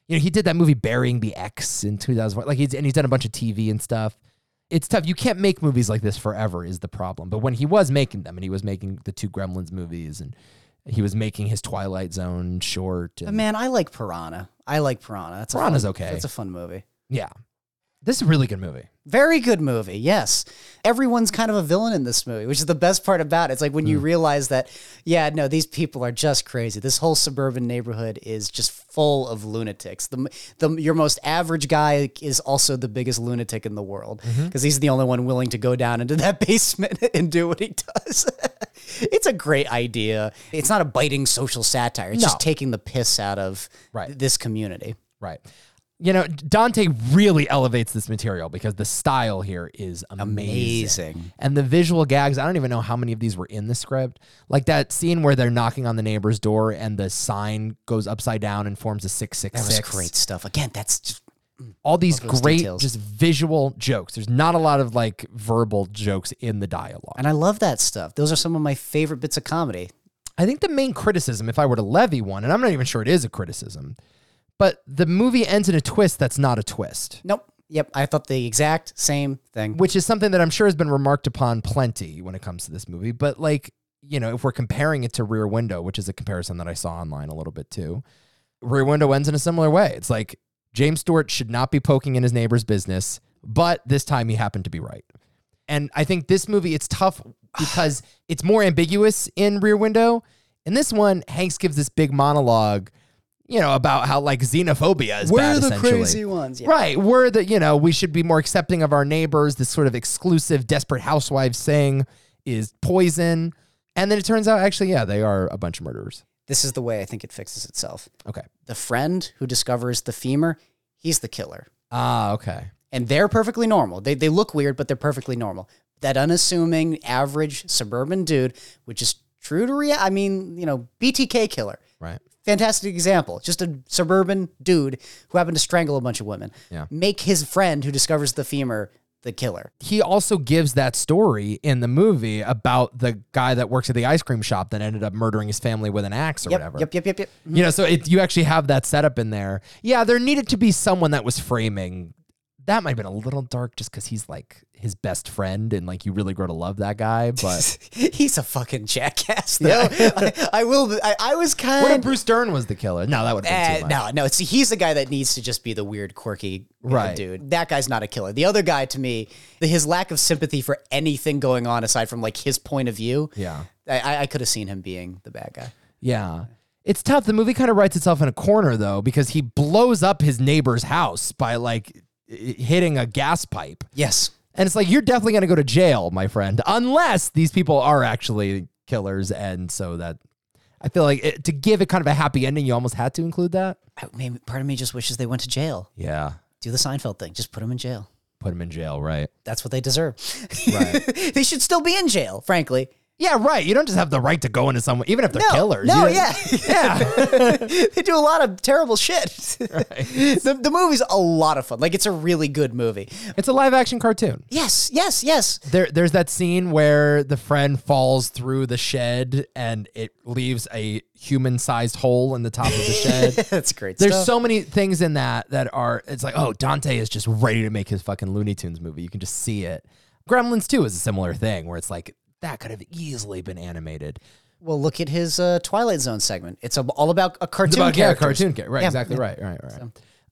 You know, he did that movie Burying the X in 2001. Like he's and he's done a bunch of TV and stuff. It's tough. You can't make movies like this forever is the problem. But when he was making them and he was making the two Gremlins movies and he was making his Twilight Zone short But and man, I like Piranha. I like Piranha. That's Piranha's a fun, okay. That's a fun movie. yeah. This is a really good movie. Very good movie. Yes. Everyone's kind of a villain in this movie, which is the best part about it. It's like when Hmm. you realize that, yeah, no, these people are just crazy. This whole suburban neighborhood is just full of lunatics. The, the your most average guy is also the biggest lunatic in the world because Mm-hmm. he's the only one willing to go down into that basement and do what he does. it's a great idea. It's not a biting social satire. It's No. just taking the piss out of Right. this community. Right. You know, Dante really elevates this material because the style here is amazing. Amazing. And the visual gags, I don't even know how many of these were in the script. Like that scene where they're knocking on the neighbor's door and the sign goes upside down and forms a That 666. was great stuff. Again, that's just All these Love those great details. just visual jokes. There's not a lot of like verbal jokes in the dialogue. And I love that stuff. Those are some of my favorite bits of comedy. I think the main criticism, if I were to levy one, and I'm not even sure it is a criticism, but the movie ends in a twist that's not a twist. Nope. Yep. I thought the exact same thing. which is something that I'm sure has been remarked upon plenty when it comes to this movie. But like, you know, if we're comparing it to Rear Window, which is a comparison that I saw online a little bit too, Rear Window ends in a similar way. It's like James Stewart should not be poking in his neighbor's business, but this time he happened to be right. And I think this movie, it's tough because it's more ambiguous in Rear Window. In this one, Hanks gives this big monologue, you know, about how like xenophobia is bad, essentially. ones. Right. We're the, you know, we should be more accepting of our neighbors. This sort of exclusive, desperate housewives saying is poison. And then it turns out, actually, yeah, they are a bunch of murderers. This is the way I think it fixes itself. Okay. The friend who discovers the femur, he's the killer. Ah, okay. And they're perfectly normal. They, they look weird, but they're perfectly normal. That unassuming, average suburban dude, which is true to real. I mean, you know, BTK killer. Right. Fantastic example. Just a suburban dude who happened to strangle a bunch of women. Yeah. Make his friend who discovers the femur the killer. He also gives that story in the movie about the guy that works at the ice cream shop that ended up murdering his family with an axe or Yep, whatever. yep, yep, yep, yep. You know, so it, you actually have that setup in there. Yeah, there needed to be someone that was framing. That might have been a little dark just because he's like his best friend and like you really grow to love that guy. But He's a fucking jackass, though. I, I will. I, I was What if kind. Bruce Dern was the killer? No, that would have been too Eh, much. no, no. It's he's the guy that needs to just be the weird, quirky uh, Right. dude. That guy's not a killer. The other guy, to me, the- his lack of sympathy for anything going on aside from like his point of view. Yeah. I- I, I could have seen him being the bad guy. Yeah. It's tough. The movie kind of writes itself in a corner though, because he blows up his neighbor's house by like i- hitting a gas pipe. Yes. And it's like, you're definitely going to go to jail, my friend, unless these people are actually killers. And so that I feel like it, to give it kind of a happy ending, you almost had to include that. I, maybe part of me just wishes they went to jail. Yeah. Do the Seinfeld thing. Just put him in jail. Put him in jail, right? That's what they deserve. they should still be in jail, frankly. Yeah, right. You don't just have the right to go into someone, even if they're killers. No, You- yeah. Yeah. they do a lot of terrible shit. The, the movie's a lot of fun. Like, it's a really good movie. It's a live action cartoon. Yes, yes, yes. There, there's that scene where the friend falls through the shed and it leaves a human-sized hole in the top of the shed. That's great There's stuff. so many things in that that are. It's like, oh, Dante is just ready to make his fucking Looney Tunes movie. You can just see it. Gremlins 2 is a similar thing where it's like that could have easily been animated. well, look at his uh, Twilight Zone segment. It's a, all about a cartoon It's about yeah, characters. cartoon character. Right, Yeah, exactly. yeah. Right, right, right.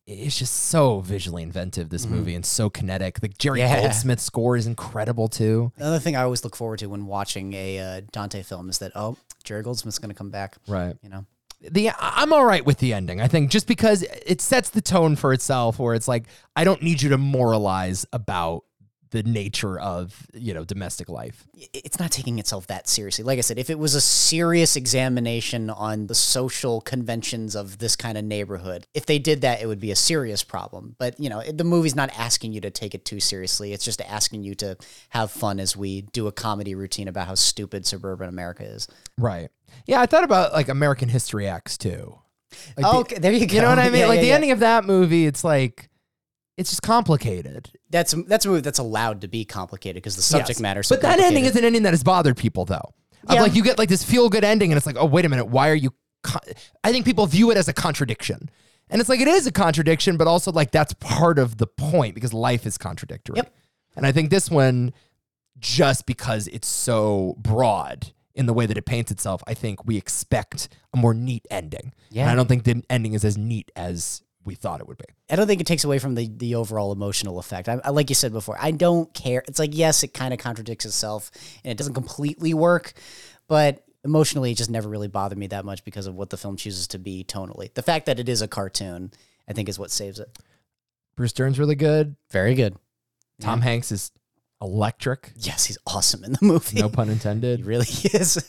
It's just so visually inventive. This movie and so kinetic. The Jerry Mm-hmm. Yeah. Goldsmith score is incredible too. Another thing I always look forward to when watching a uh, Dante film is that, oh, Jerry Goldsmith's going to come back. Right. You know? the I'm all right with the ending. I think just because it sets the tone for itself, where it's like I don't need you to moralize about the nature of you know domestic life. it's not taking itself that seriously. Like I said, if it was a serious examination on the social conventions of this kind of neighborhood, if they did that, it would be a serious problem. But, you know, it- the movie's not asking you to take it too seriously. It's just asking you to have fun as we do a comedy routine about how stupid suburban America is. Right. Yeah, I thought about like American History X too. Like the- okay, there you go. You know what I mean? Yeah, like yeah, the yeah. ending of that movie, it's like it's just complicated. That's that's a movie that's allowed to be complicated because the subject Yes. matter. So but that ending complicated. is an ending that has bothered people though. Of, Yeah. like you get like this feel good ending, and it's like, oh wait a minute, why are you? co- I think people view it as a contradiction, and it's like it is a contradiction, but also like that's part of the point because life is contradictory. Yep. And I think this one, just because it's so broad in the way that it paints itself, I think we expect a more neat ending. Yeah. And I don't think the ending is as neat as we thought it would be. I don't think it takes away from the, the overall emotional effect. I, I like you said before, I don't care. It's like yes, it kind of contradicts itself, and it doesn't completely work, but emotionally, it just never really bothered me that much because of what the film chooses to be tonally. The fact that it is a cartoon, I think, is what saves it. Bruce Stern's really good. Very good. Tom Hanks is electric. Yes, he's awesome in the movie. No pun intended. He really is.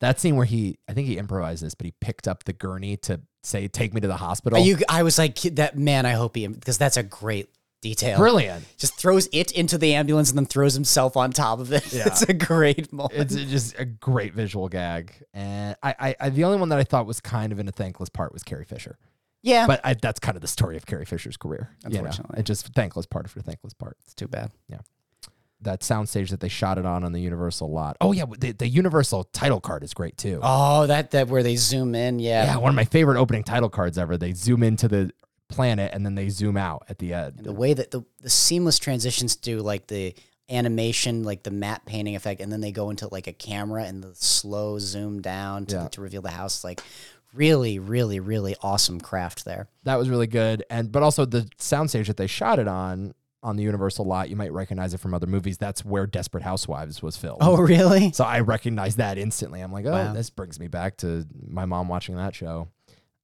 that scene where he, I think he improvised this, but he picked up the gurney to say, "Take me to the hospital." Are you, I was like that man. I hope he because that's a great detail. Brilliant. Just throws it into the ambulance and then throws himself on top of it. Yeah. it's a great moment. It's just a great visual gag, and I, I, I, the only one that I thought was kind of in a thankless part was Carrie Fisher. Yeah. but I, that's kind of the story of Carrie Fisher's career. you know? Unfortunately. it just thankless part for thankless part. It's too bad. Yeah, that soundstage that they shot it on on the Universal lot. Oh yeah, the, the Universal title card is great too. Oh, that that where they zoom in, yeah. Yeah, one of my favorite opening title cards ever. They zoom into the planet and then they zoom out at the end. the way that the, the seamless transitions do like the animation, like the matte painting effect, and then they go into like a camera and the slow zoom down to, Yeah. to reveal the house. Like really, really, really awesome craft there. That was really good. And but also the soundstage that they shot it on on the Universal lot, you might recognize it from other movies. That's where Desperate Housewives was filmed. Oh, really? So I recognized that instantly. I'm like, oh, Wow. this brings me back to my mom watching that show.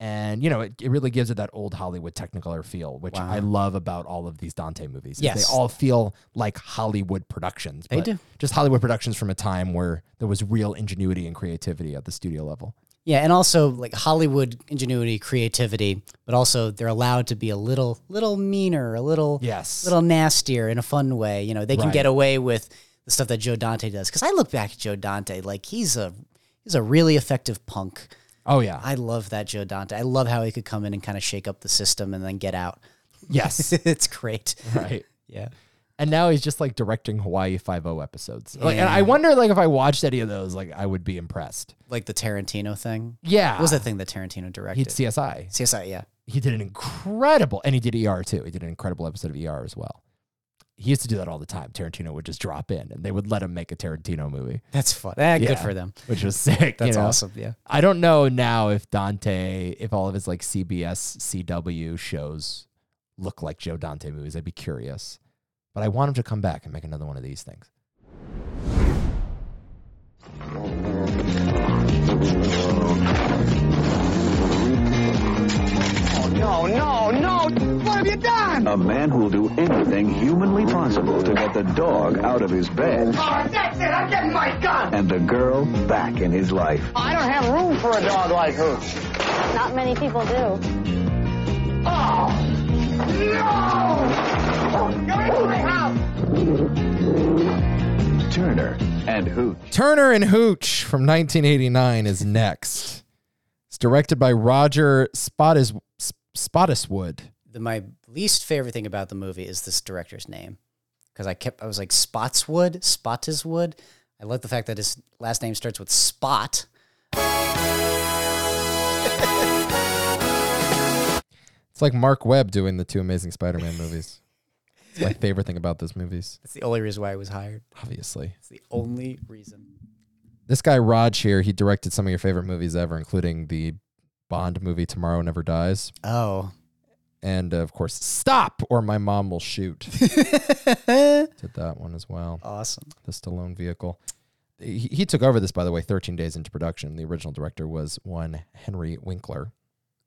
And you know, it, it really gives it that old Hollywood Technicolor feel, which Wow. I love about all of these Dante movies. is Yes. they all feel like Hollywood productions. They but do. just Hollywood productions from a time where there was real ingenuity and creativity at the studio level. Yeah, and also like Hollywood ingenuity, creativity, but also they're allowed to be a little little meaner, a little Yes. little nastier in a fun way. You know, they can Right. get away with the stuff that Joe Dante does. Because I look back at Joe Dante, like he's a he's a really effective punk. Oh yeah. I love that Joe Dante. I love how he could come in and kind of shake up the system and then get out. Yes. it's great. Right. Yeah. And now he's just like directing Hawaii Five O episodes. Like, and I Yeah. wonder, like, if I watched any of those, like, I would be impressed. Like the Tarantino thing. Yeah, What was that thing that Tarantino directed? He did CSI. CSI, yeah. He did an incredible, and he did ER too. He did an incredible episode of ER as well. He used to do that all the time. Tarantino would just drop in, and they would let him make a Tarantino movie. That's fun. Eh, Yeah, Good for them. which was sick. you That's know? awesome. Yeah. I don't know now if Dante, if all of his like CBS, CW shows look like Joe Dante movies. I'd be curious, but I want him to come back and make another one of these things. No, no, no! What have you done? A man who'll do anything humanly possible to get the dog out of his bed right, that's it. I'm getting my gun. and the girl back in his life. I don't have room for a dog like her. Not many people do. Oh, no! You're in my house! Turner and Hoot. Turner and Hooch from 1989 is next. It's directed by Roger Spottis, Spottiswood. The, my least favorite thing about the movie is this director's name. Because I kept, I was like, Spotswood, Spottiswood. I love the fact that his last name starts with Spot. It's like Mark Webb doing the two Amazing Spider-Man movies. It's my favorite thing about those movies, That's the only reason why I was hired. obviously. It's the only reason. This guy Raj here, he directed some of your favorite movies ever, including the Bond movie Tomorrow Never Dies, Oh. and of course Stop or My Mom Will Shoot. Did that one as well. Awesome. the Stallone vehicle. He, he took over this, by the way, 13 days into production. The original director was one Henry Winkler.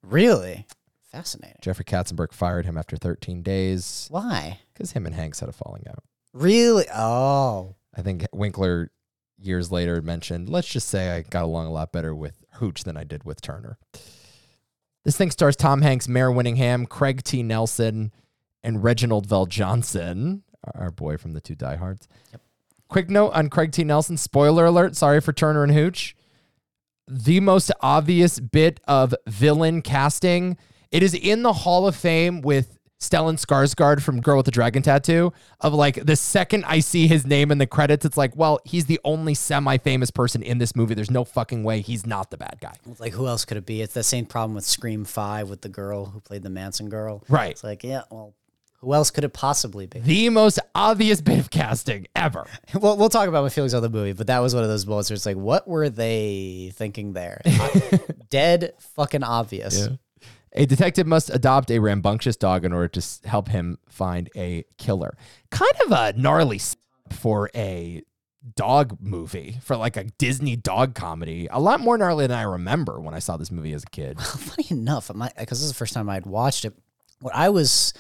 Really? Fascinating. Jeffrey Katzenberg fired him after 13 days Why? because him and Hanks had a falling out. Really? Oh. I think Winkler years later mentioned, let's just say I got along a lot better with Hooch than I did with Turner. This thing stars Tom Hanks, Mayor Winningham, Craig T. Nelson, and Reginald Vell Johnson, our boy from the two diehards. Yep. Quick note on Craig T. Nelson spoiler alert, sorry for Turner and Hooch. The most obvious bit of villain casting. It is in the Hall of Fame with Stellan Skarsgård from Girl with the Dragon Tattoo of like the second I see his name in the credits, it's like, well, he's the only semi-famous person in this movie. There's no fucking way he's not the bad guy. It's like, who else could it be? It's the same problem with Scream 5 with the girl who played the Manson girl. Right. It's like, yeah, well, who else could it possibly be? The most obvious bit of casting ever. Well, we'll talk about my feelings on the movie, but that was one of those bullets where it's like, what were they thinking there? Dead fucking obvious. Yeah. A detective must adopt a rambunctious dog in order to s- help him find a killer. Kind of a gnarly s- for a dog movie, for like a Disney dog comedy. A lot more gnarly than I remember when I saw this movie as a kid. funny enough, because this is the first time I had watched it, what I was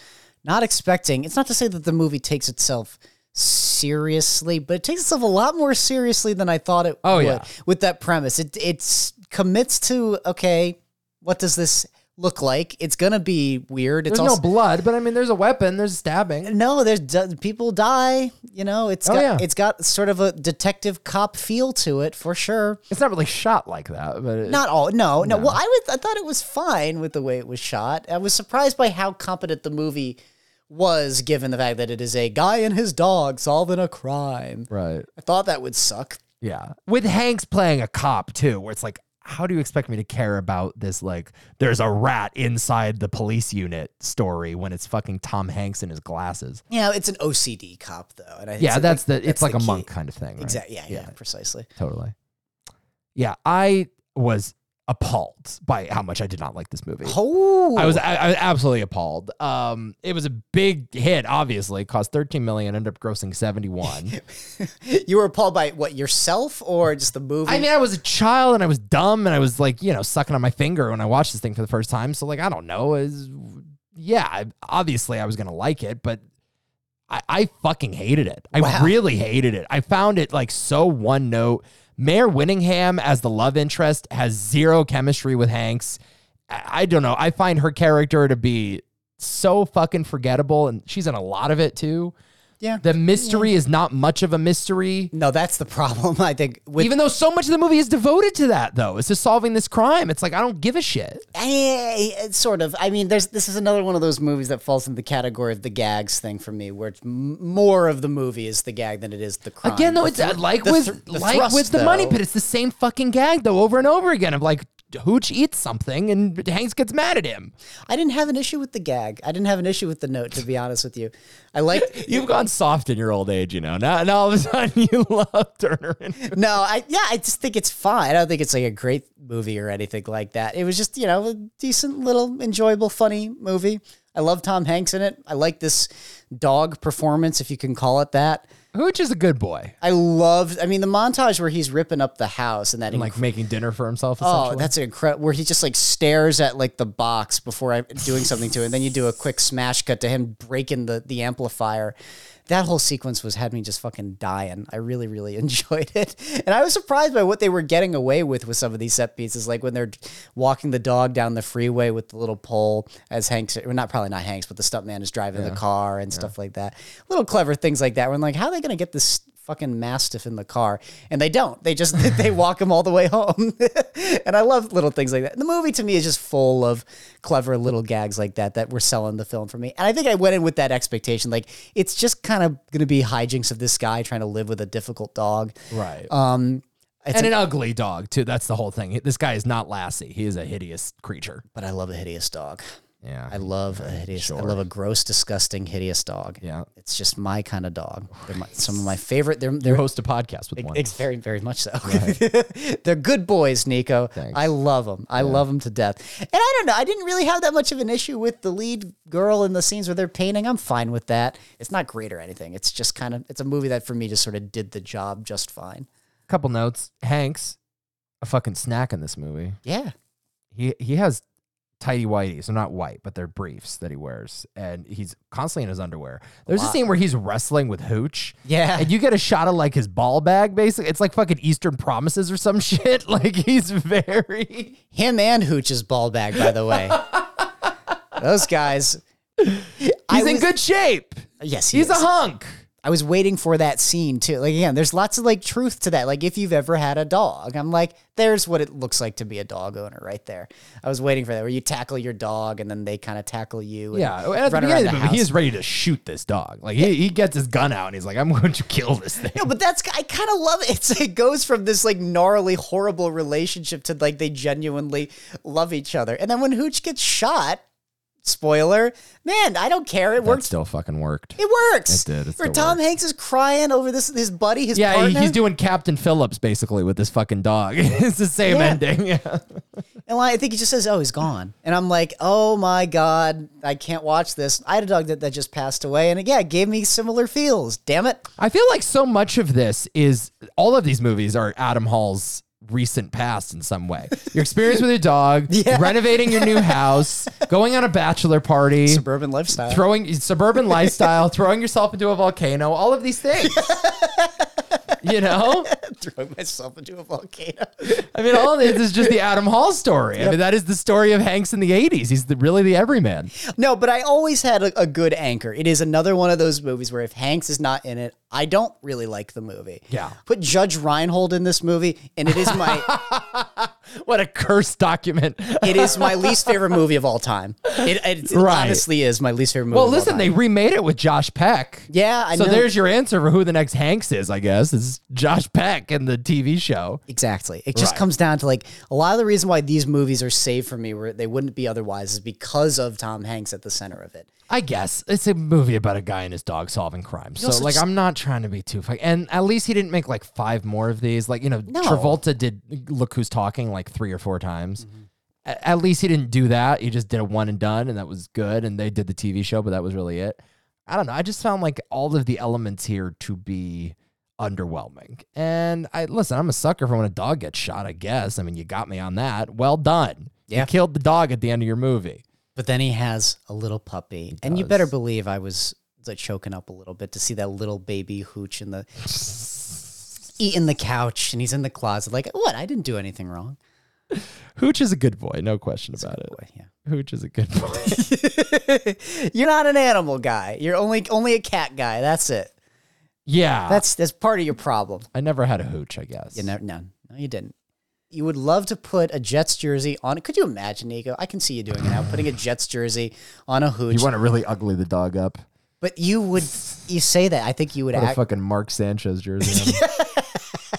not expecting, it's not to say that the movie takes itself seriously, but it takes itself a lot more seriously than I thought it Oh, would yeah. with that premise. It it's commits to, okay, what does this look like? It's going to be weird. It's There's no blood, but I mean, there's a weapon, there's stabbing. No, there's d- people die. You know, it's Oh, got yeah. it's got sort of a detective cop feel to it for sure. It's not really shot like that, but it- Not all. No, no. Well, I would. I thought it was fine with the way it was shot. I was surprised by how competent the movie was, given the fact that it is a guy and his dog solving a crime. Right. I thought that would suck. Yeah. With Hanks playing a cop too, where it's like, how do you expect me to care about this like there's a rat inside the police unit story when it's fucking Tom Hanks in his glasses? Yeah, it's an OCD cop though, and I, yeah, it's that's like- the it's like a key. monk kind of thing. Right? Exact- yeah, yeah, precisely. Totally. Yeah, I was appalled by how much I did not like this movie. Oh, I was I, I was absolutely appalled. Um, it was a big hit, obviously. Cost 13 million, ended up grossing 71. you were appalled by what yourself or just the movie? I mean, I was a child and I was dumb and I was like, you know, sucking on my finger when I watched this thing for the first time. So like, I don't know. Is yeah, I, obviously I was gonna like it, but I, I fucking hated it. I Wow. really hated it. I found it like so one note. Mayor Winningham as the love interest has zero chemistry with Hanks. I, I don't know. I find her character to be so fucking forgettable, and she's in a lot of it too. yeah. The mystery is not much of a mystery. no, that's the problem. I think with Even though so much of the movie is devoted to that, though, it's just solving this crime. It's like I don't give a shit. Eh, it's sort of. I mean, there's this is another one of those movies that falls in the category of the gags thing for me, where it's m- more of the movie is the gag than it is the crime. Again, though, The it's thr- uh, like the with thr- the like thrust, with the money though- pit. It's the same fucking gag though, over and over again. Of like Hooch eats something and Hanks gets mad at him. I didn't have an issue with the gag. I didn't have an issue with the note, to be honest with you. I liked. You've gone soft in your old age, you know. Now, now all of a sudden you love Turner. And- no, I yeah, I just think it's fine. I don't think it's like a great movie or anything like that. It was just you know a decent little enjoyable, funny movie. I love Tom Hanks in it. I like this dog performance, if you can call it that. Hooch is a good boy, I loved. I mean, the montage where he's ripping up the house and that and like making dinner for himself. Oh, essentially. that's incredible! Where he just like stares at like the box before I, doing something to it, and then you do a quick smash cut to him breaking the the amplifier. That whole sequence was had me just fucking dying. I really, really enjoyed it, and I was surprised by what they were getting away with with some of these set pieces, like when they're walking the dog down the freeway with the little pole as Hanks, or not probably not Hanks, but the stuntman is driving the car and stuff like that. Little clever things like that. We're like, how are they gonna get this? fucking mastiff in the car and they don't they just they walk him all the way home and i love little things like that the movie to me is just full of clever little gags like that that were selling the film for me and i think i went in with that expectation like it's just kind of going to be hijinks of this guy trying to live with a difficult dog right. um it's and a- an ugly dog too. That's the whole thing. This guy is not Lassie. He is a hideous creature. but i love a hideous dog Yeah. i love a hideous i sure. love a gross disgusting hideous dog Yeah. it's just my kind of dog they're my, some of my favorite they're, You they're host a podcast with one. It's very, very much so. They're good boys, Nico. I love them. I love them to death. And I don't know. I didn't really have that much of an issue with the lead girl in the scenes where they're painting. I'm fine with that. It's not great or anything. It's just kind of. It's a movie that for me just sort of did the job just fine. couple notes. Hanks, a fucking snack in this movie. Yeah. He he has tidy whities. They're not white, but they're briefs that he wears, and he's constantly in his underwear. There's a lot. scene where he's wrestling with Hooch. Yeah. and you get a shot of like his ball bag. Basically, it's like fucking Eastern Promises or some shit. Like he's very him and Hooch's ball bag. By the way, those guys. He's in good shape. Yes, he He's a is. hunk. I was waiting for that scene too. Like again, there's lots of like truth to that. Like if you've ever had a dog, I'm like, there's what it looks like to be a dog owner right there. I was waiting for that where you tackle your dog and then they kind of tackle you. And Yeah, and at the run beginning around of the the movie, he house. is ready to shoot this dog. Like he, he gets his gun out and he's like, "I'm going to kill this thing." No, but that's I kind of love it. It's, it goes from this like gnarly, horrible relationship to like they genuinely love each other. And then when Hooch gets shot, spoiler, man, I don't care. It works. still fucking worked. It works. It did. It Where still Tom Hanks is crying over this his buddy, his yeah, he- partner. he's doing Captain Phillips basically with this fucking dog. it's the same Yeah. ending. Yeah. And like, I think he just says, "Oh, he's gone," and I'm like, "Oh my god, I can't watch this." I had a dog that, that just passed away, and again, it gave me similar feels. Damn it! I feel like so much of this is all of these movies are Adam Hall's recent past in some way. Your experience with your dog, renovating your new house, going on a bachelor party, suburban lifestyle, throwing suburban lifestyle, throwing yourself into a volcano, all of these things. you know? Throwing myself into a volcano. I mean, all this is just the Adam Hall story. I mean, that is the story of Hanks in the 80s. He's the, really the everyman. No, but I always had a, a good anchor. It is another one of those movies where if Hanks is not in it, I don't really like the movie. Yeah. Put Judge Reinhold in this movie, and it is my What a cursed document. it is my least favorite movie of all time. It, it, Right. honestly is my least favorite movie. Well, of all listen, time. they remade it with Josh Peck. yeah, I so know. there's your answer for who the next Hanks is, I guess. It's Josh Peck and the TV show. Exactly. It just Right. comes down to like a lot of the reason why these movies are saved for me where they wouldn't be otherwise is because of Tom Hanks at the center of it. I guess it's a movie about a guy and his dog solving crime. So also like, just- I'm not trying to be too fuck. And at least he didn't make like five more of these. Like you know, No. Travolta did Look Who's Talking like three or four times. A- At least he didn't do that. He just did a one and done, and that was good. And they did the TV show, but that was really it. I don't know. I just found like all of the elements here to be underwhelming. And I listen. I'm a sucker for when a dog gets shot. I guess. I mean, you got me on that. Well done. Yeah. You killed the dog at the end of your movie. But then he has a little puppy. and you does. better believe I was like choking up a little bit to see that little baby hooch in the eating the couch and he's in the closet like what? I didn't do anything wrong. Hooch is a good boy, no question about it. Hooch is a good boy. You're not an animal guy. You're only only a cat guy. That's it. yeah, That's that's part of your problem. I never had a hooch. I guess. You know, no, no, you didn't. You would love to put a Jets jersey on. Could you imagine, Nico? I can see you doing it now, putting a Jets jersey on a hooch. you want to really ugly the dog up. but you would, you say that. I think you would Put a act. fucking Mark Sanchez jersey. on.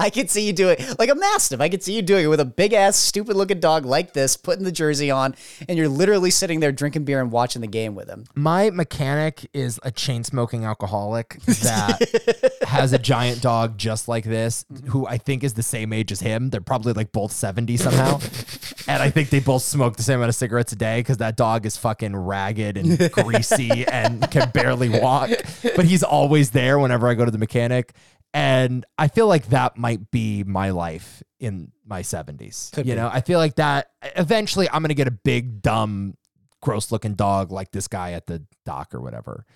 I could see you do it like a mastiff. I could see you doing it with a big ass, stupid looking dog like this, putting the jersey on, and you're literally sitting there drinking beer and watching the game with him. My mechanic is a chain smoking alcoholic that has a giant dog just like this, who I think is the same age as him. They're probably like both seventy somehow, and I think they both smoke the same amount of cigarettes a day because that dog is fucking ragged and greasy and can barely walk. But he's always there whenever I go to the mechanic. And I feel like that might be my life in my 70s. Could you be. know, I feel like that eventually I'm going to get a big, dumb, gross looking dog like this guy at the dock or whatever.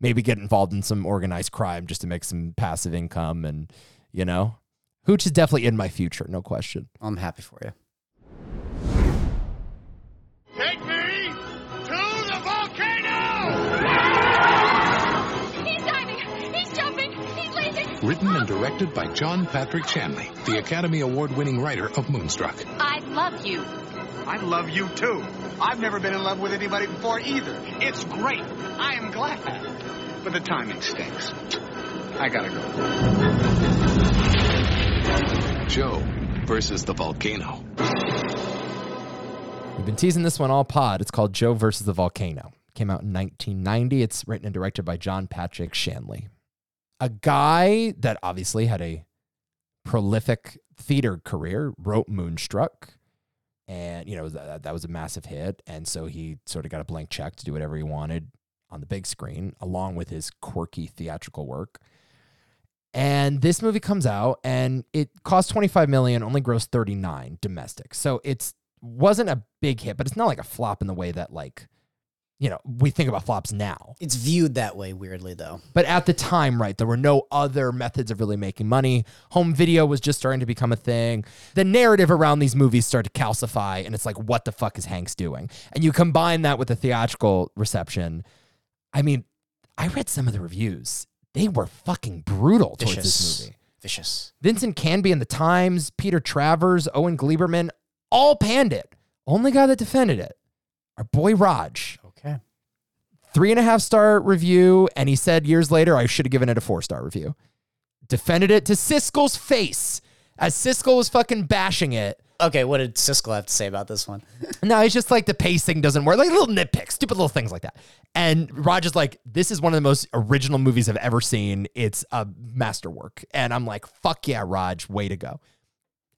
Maybe get involved in some organized crime just to make some passive income. And, you know, Hooch is definitely in my future, no question. I'm happy for you. Take me to the volcano! He's diving! He's jumping! He's leaping! Written and directed by John Patrick Shanley, the Academy Award winning writer of Moonstruck. I love you. I love you too. I've never been in love with anybody before either. It's great. I am glad. But the timing stinks. I gotta go. Joe versus the volcano. We've been teasing this one all pod. It's called Joe versus the Volcano. Came out in 1990. It's written and directed by John Patrick Shanley, a guy that obviously had a prolific theater career. Wrote Moonstruck, and you know that, that was a massive hit. And so he sort of got a blank check to do whatever he wanted on the big screen, along with his quirky theatrical work. And this movie comes out and it cost 25 million, only grossed 39 domestic. So it's wasn't a big hit, but it's not like a flop in the way that like you know we think about flops now. It's viewed that way weirdly though. But at the time, right, there were no other methods of really making money. Home video was just starting to become a thing. The narrative around these movies started to calcify, and it's like, what the fuck is Hanks doing? And you combine that with the theatrical reception. I mean, I read some of the reviews. They were fucking brutal towards this Vicious. movie. Vicious. Vincent Canby in the Times, Peter Travers, Owen Gleiberman, all panned it. Only guy that defended it, our boy Raj. Okay. Three and a half star review, and he said years later, I should have given it a four star review. Defended it to Siskel's face as Siskel was fucking bashing it. Okay, what did Siskel have to say about this one? No, it's just like the pacing doesn't work, like little nitpicks, stupid little things like that. And Roger's like, this is one of the most original movies I've ever seen. It's a masterwork. And I'm like, fuck yeah, Raj, way to go.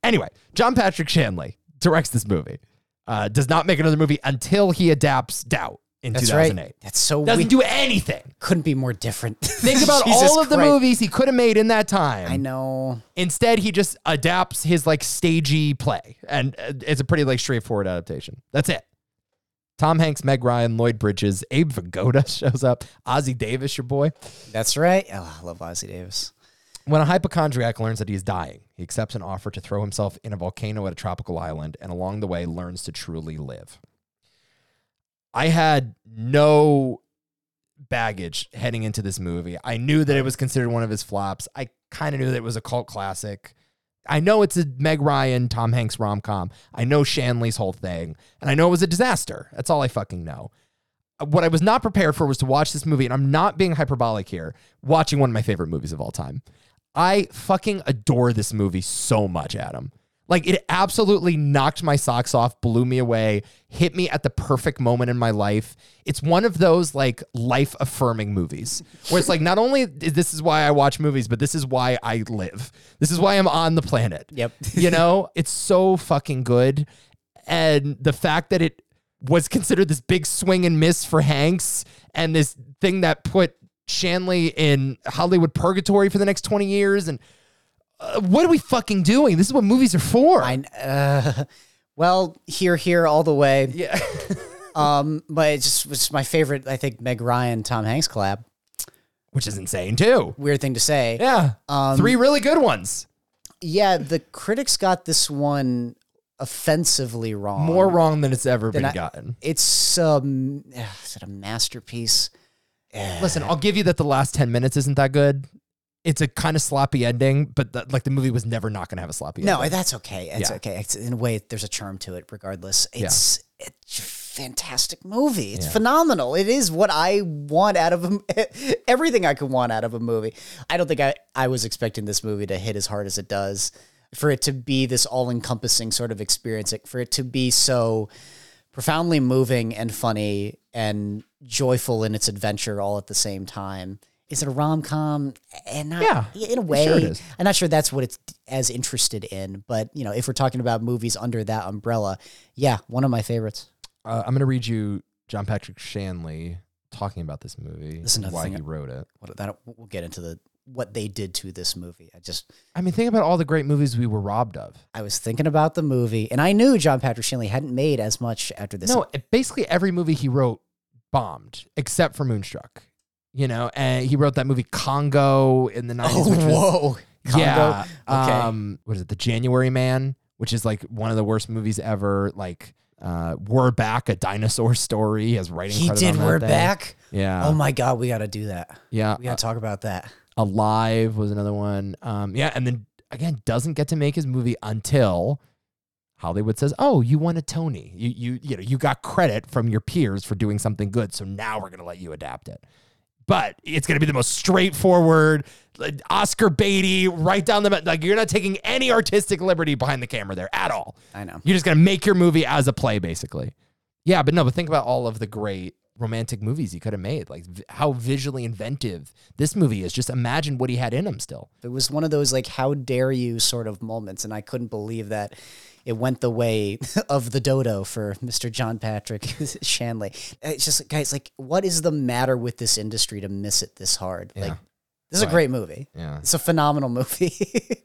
Anyway, John Patrick Shanley directs this movie, uh, does not make another movie until he adapts Doubt in That's 2008. right. That's so Doesn't weird. do anything. Couldn't be more different. Think about all of the movies he could have made in that time. I know. Instead, he just adapts his like stagey play, and uh, it's a pretty like straightforward adaptation. That's it. Tom Hanks, Meg Ryan, Lloyd Bridges, Abe Vigoda shows up, Ozzy Davis, your boy. That's right. Oh, I love Ozzy Davis. When a hypochondriac learns that he is dying, he accepts an offer to throw himself in a volcano at a tropical island, and along the way learns to truly live. I had no baggage heading into this movie. I knew that it was considered one of his flops. I kind of knew that it was a cult classic. I know it's a Meg Ryan, Tom Hanks rom com. I know Shanley's whole thing, and I know it was a disaster. That's all I fucking know. Uh, What I was not prepared for was to watch this movie, and I'm not being hyperbolic here, watching one of my favorite movies of all time. I fucking adore this movie so much, Adam. Like, it absolutely knocked my socks off, blew me away, hit me at the perfect moment in my life. It's one of those, like, life affirming movies where it's like, not only is this is why I watch movies, but this is why I live. This is why I'm on the planet. Yep. you know, it's so fucking good. And the fact that it was considered this big swing and miss for Hanks and this thing that put Shanley in Hollywood purgatory for the next 20 years. And uh, what are we fucking doing? This is what movies are for. I uh, well, here, here, all the way. Yeah. um, but it just was my favorite. I think Meg Ryan, Tom Hanks collab. Which is insane, too. Weird thing to say. Yeah. Um, Three really good ones. Yeah, the critics got this one offensively wrong. More wrong than it's ever um, Then been I- gotten. It's um, ugh, is it a masterpiece? Listen, I'll give you that the last 10 minutes isn't that good. It's a kind of sloppy ending, but the, like the movie was never not going to have a sloppy No, ending. that's okay. It's Yeah. okay. It's, in a way, there's a charm to it. Regardless, Yeah. it's it's a fantastic movie. It's Yeah. phenomenal. It is what I want out of a, everything I could want out of a movie. I don't think I I was expecting this movie to hit as hard as it does, for it to be this all encompassing sort of experience, like, for it to be so profoundly moving and funny and joyful in its adventure all at the same time. Is it a rom com? And not, Yeah, in a sure way, it is. I'm not sure that's what it's as interested in, but you know, if we're talking about movies under that umbrella, yeah, one of my favorites. Uh, I'm going to read you John Patrick Shanley talking about this movie, That's another why thing he I- wrote it. What that we'll get into the what they did to this movie. I just I mean, think about all the great movies we were robbed of. I was thinking about the movie, and I knew John Patrick Shanley hadn't made as much after this. No, it- basically every movie he wrote bombed except for Moonstruck. You know, and he wrote that movie Congo in the 90s. Oh, which was- whoa. Yeah. Congo? Okay. Um, what is it? The January Man, which is like one of the worst movies ever. Like, uh, We're Back, a dinosaur story. He has writing he credit did. on that We're thing. Uh, back. Yeah. Oh my god, we got to do that. Yeah. We got to talk about that. Alive was another one. Um, yeah, and then again, doesn't get to make his movie until Hollywood says, "Oh, you won a Tony. You you you know you got credit from your peers for doing something good, so now we're gonna let you adapt it." But it's gonna be the most straightforward, like, Oscar Beatty, right down the mi- like you're not taking any artistic liberty behind the camera there at all. I know. You're just gonna make your movie as a play, basically. Yeah, but no, but think about all of the great romantic movies he could have made. Like v- how visually inventive this movie is. Just imagine what he had in him still. It was one of those like how dare you sort of moments, and I couldn't believe that it went the way of the dodo for Mr. John Patrick Shanley. It's just like, guys, like what is the matter with this industry to miss it this hard? Like this is a Right. great movie. Yeah. It's a phenomenal movie.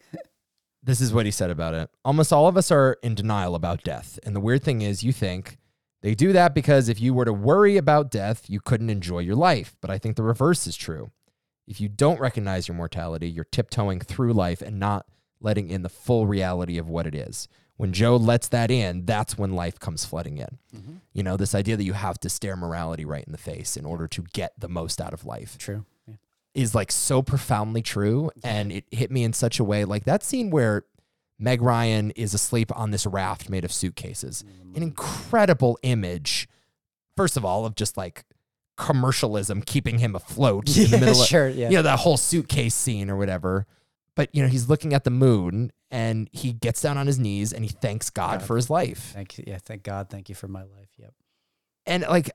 This is what he said about it. Almost all of us are in denial about death. And the weird thing is, you think they do that because if you were to worry about death, you couldn't enjoy your life. But I think the reverse is true. If you don't recognize your mortality, you're tiptoeing through life and not letting in the full reality of what it is. When Joe lets that in, that's when life comes flooding in. You know, this idea that you have to stare morality right in the face in order to get the most out of life. True. Yeah. Is like so profoundly true. And it hit me in such a way like that scene where Meg Ryan is asleep on this raft made of suitcases. Mm-hmm. An incredible image, first of all, of just like commercialism keeping him afloat in the Yeah, middle of sure, yeah. you know, that whole suitcase scene or whatever. But you know, he's looking at the moon and he gets down on his knees and he thanks God for his life. Thank you. Yeah, thank God. Thank you for my life. Yep. And like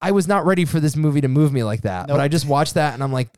I was not ready for this movie to move me like that. But Nope. I just watched that and I'm like,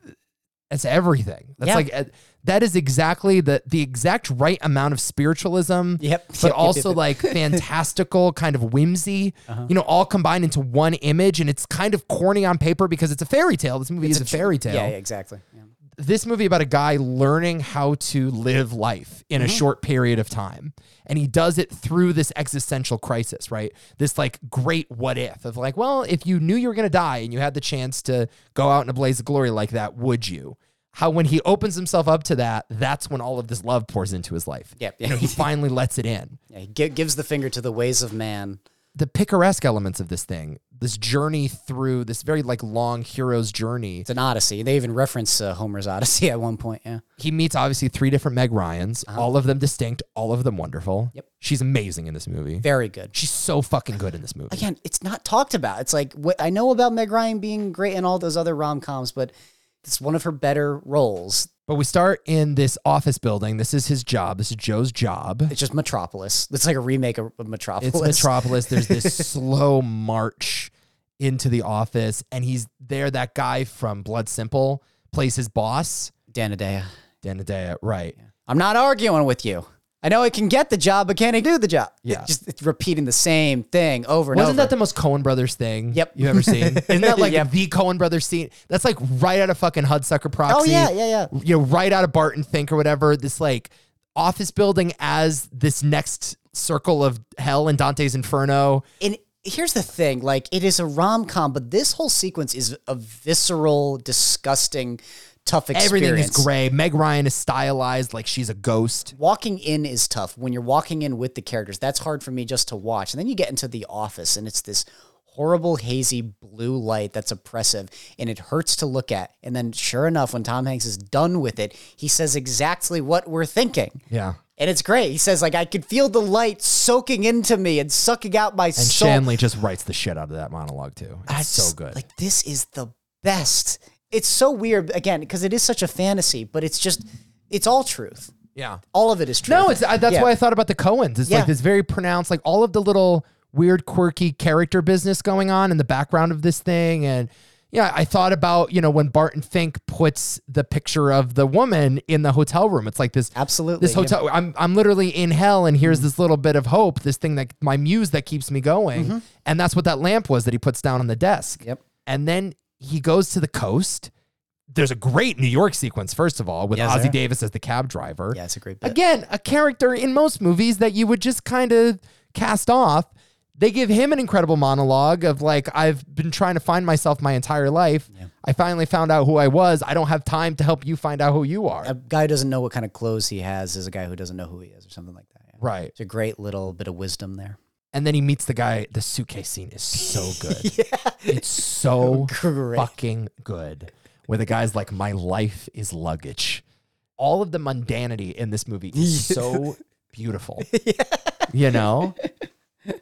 that's everything. That's Yeah. like uh, that is exactly the the exact right amount of spiritualism. Yep. But Yep, yep, also yep. like fantastical kind of whimsy. Uh-huh. You know, all combined into one image. And it's kind of corny on paper because it's a fairy tale. This movie is a, fairy tale Yeah, yeah, exactly. Yeah. this movie about a guy learning how to live life in a short period of time. And he does it through this existential crisis, right? This like great what if of like, well, if you knew you were going to die and you had the chance to go out in a blaze of glory like that, would you? How when he opens himself up to that, that's when all of this love pours into his life. Yep. You know, he finally lets it in. Yeah, he gi- gives the finger to the ways of man. The picaresque elements of this thing, this journey through this very like long hero's journey. It's an odyssey. They even reference uh, Homer's Odyssey at one point. Yeah. he meets obviously three different Meg Ryans, Uh-huh. all of them distinct, all of them wonderful. Yep. She's amazing in this movie. Very good. She's so fucking good in this movie. Again, it's not talked about. It's like what I know about Meg Ryan being great in all those other rom coms, but it's one of her better roles. But we start in this office building. This is his job. This is Joe's job. It's just Metropolis. It's like a remake of, of Metropolis. It's Metropolis. There's this slow march into the office, and he's there. That guy from Blood Simple plays his boss, Danadea. Danadea, right. I'm not arguing with you. I know I can get the job, but can I do the job? Yeah. Just it's repeating the same thing over and Wasn't over. that the most Cohen Brothers thing Yep. you ever seen? Isn't that like Yep. the Cohen Brothers scene? That's like right out of fucking Hudsucker Oh Proxy. yeah, yeah, yeah. you know, right out of Barton Fink or whatever, this like office building as this next circle of hell in Dante's Inferno. and here's the thing like it is a rom-com but this whole sequence is a visceral disgusting tough experience Everything is gray. Meg Ryan is stylized like she's a ghost. walking in is tough when you're walking in with the characters that's hard for me just to watch and then you get into the office and it's this horrible hazy blue light that's oppressive and it hurts to look at and then sure enough when tom hanks is done with it he says exactly what we're thinking Yeah. and it's great he says like i could feel the light soaking into me and sucking out my And soul Shanley just writes the shit out of that monologue too. It's I so just- good. Like this is the best. It's so weird again because it is such a fantasy, but it's just it's all truth. yeah. All of it is true. No, it's I, that's Yeah. why I thought about the Coens. It's Yeah. like this very pronounced, like all of the little weird, quirky character business going on in the background of this thing. And yeah, I thought about you know when Barton Fink puts the picture of the woman in the hotel room. It's like this Absolutely, This hotel. I'm I'm literally in hell, and here's this little bit of hope. This thing that my muse that keeps me going, and that's what that lamp was that he puts down on the desk. Mm-hmm. Yep. And then he goes to the coast. There's a great New York sequence, first of all, with Yes, Ozzie there. Davis as the cab driver. yeah, it's a great bit. Again, a character in most movies that you would just kind of cast off. They give him an incredible monologue of like, I've been trying to find myself my entire life. I finally found out who I was. I don't have time to help you find out who you are. A guy who doesn't know what kind of clothes he has is a guy who doesn't know who he is or something like that. yeah. Right. It's a great little bit of wisdom there. And then he meets the guy. The suitcase scene is so good. It's Oh, so fucking good. Where the guy's like, my life is luggage. All of the mundanity in this movie is so beautiful. You know?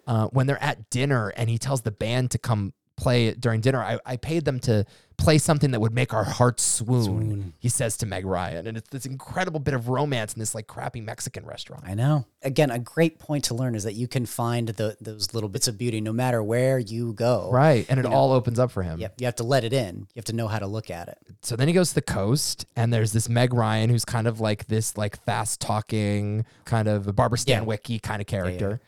Uh, when they're at dinner and he tells the band to come play it during dinner, I, I paid them to play something that would make our hearts swoon, he says to Meg Ryan. And it's this incredible bit of romance in this like crappy Mexican restaurant. I know. Again, a great point to learn is that you can find the, those little bits of beauty no matter where you go. Right. And it You know, all opens up for him. Yep. You have to let it in. You have to know how to look at it. so then he goes to the coast and there's this Meg Ryan who's kind of like this like fast talking kind of a Barbara Yeah. Stanwyck kind of character.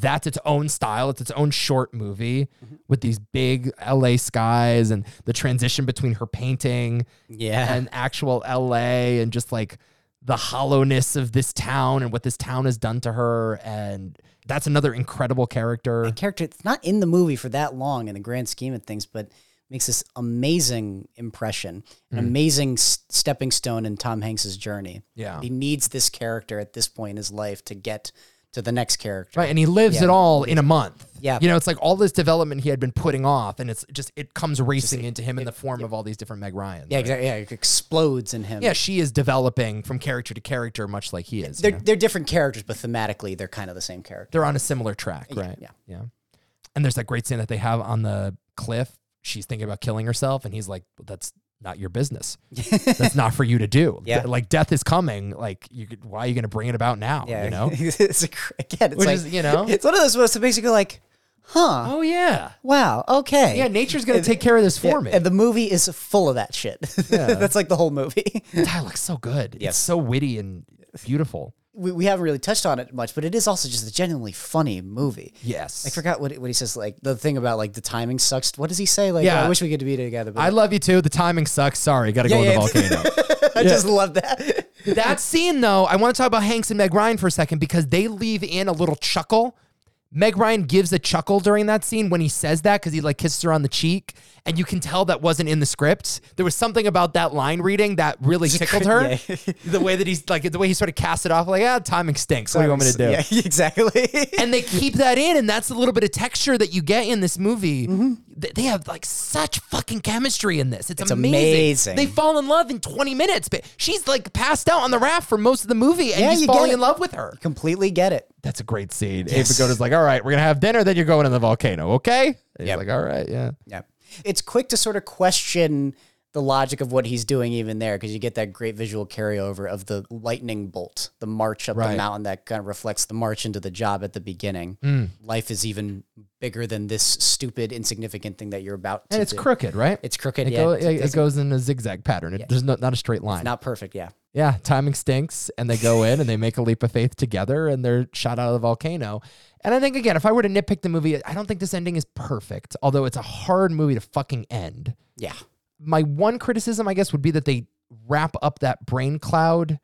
That's its own style. It's its own short movie Mm-hmm. with these big LA skies and the transition between her painting Yeah. and actual LA and just like the hollowness of this town and what this town has done to her. And that's another incredible character. character it's not in the movie for that long in the grand scheme of things but makes this amazing impression an Mm. amazing s- stepping stone in tom hanks's journey Yeah. he needs this character at this point in his life to get to the next character Right. And he lives Yeah. it all in a month. Yeah. You know, it's like all this development he had been putting off, and it's just, it comes racing into him in the form of all these different Meg Ryans. yeah exactly yeah it explodes in him Yeah, she is developing from character to character, much like he is. you they're, know? they're different characters but thematically they're kind of the same character They're on a similar track, right? yeah. Yeah. And there's that great scene that they have on the cliff. She's thinking about killing herself, and he's like, well, that's not your business. that's not for you to do. Yeah. Th- Like death is coming. Like, you could, why are you going to bring it about now? yeah You know? it's a, cr- again it's Which like is, you know? it's one of those most basically like huh Oh, yeah. wow okay Yeah, nature's going And- to take care of this for Yeah, me. And the movie is full of that shit. Yeah. That's like the whole movie. The dialogue's so good. It's so witty and beautiful. We, we haven't really touched on it much, but it is also just a genuinely funny movie. Yes. I forgot what, what he says, like the thing about like the timing sucks. What does he say? Like, Yeah. I wish we could be together. But I love you too. The timing sucks. Sorry, got to go Yeah, in the yeah. volcano. I just love that. That scene, though, I want to talk about Hanks and Meg Ryan for a second because they leave in a little chuckle. Meg Ryan gives a chuckle during that scene when he says that because he like kisses her on the cheek, and you can tell that wasn't in the script. There was something about that line reading that really tickled her. the way that he's like the way he sort of cast it off, like ah, timing stinks. What do you want me to do? Yeah, exactly. and they keep that in, and that's a little bit of texture that you get in this movie. Th- They have like such fucking chemistry in this. It's, Mm-hmm. It's amazing. amazing. They fall in love in 20 minutes, but she's like passed out on the raft for most of the movie, and Yeah, he's you falling get it. in love with her. Completely get it. That's a great scene. Yes. Ava Goda's like, "All right, we're gonna have dinner, then you're going in the volcano, okay?" And he's like, "All right, yeah." Yeah. It's quick to sort of question the logic of what he's doing even there because you get that great visual carryover of the lightning bolt, the march up Right. the mountain that kind of reflects the march into the job at the beginning. Mm. Life is even bigger than this stupid, insignificant thing that you're about to And it's do. crooked, right? It's crooked. It, yeah. go- It it, it doesn't- goes in a zigzag pattern. It, There's no, not a straight line. not perfect. Yeah. Yeah, timing stinks, and they go in and they make a leap of faith together, and they're shot out of the volcano. And I think again, if I were to nitpick the movie, I don't think this ending is perfect. Although it's a hard movie to fucking end. Yeah. My one criticism, I guess, would be that they wrap up that brain cloud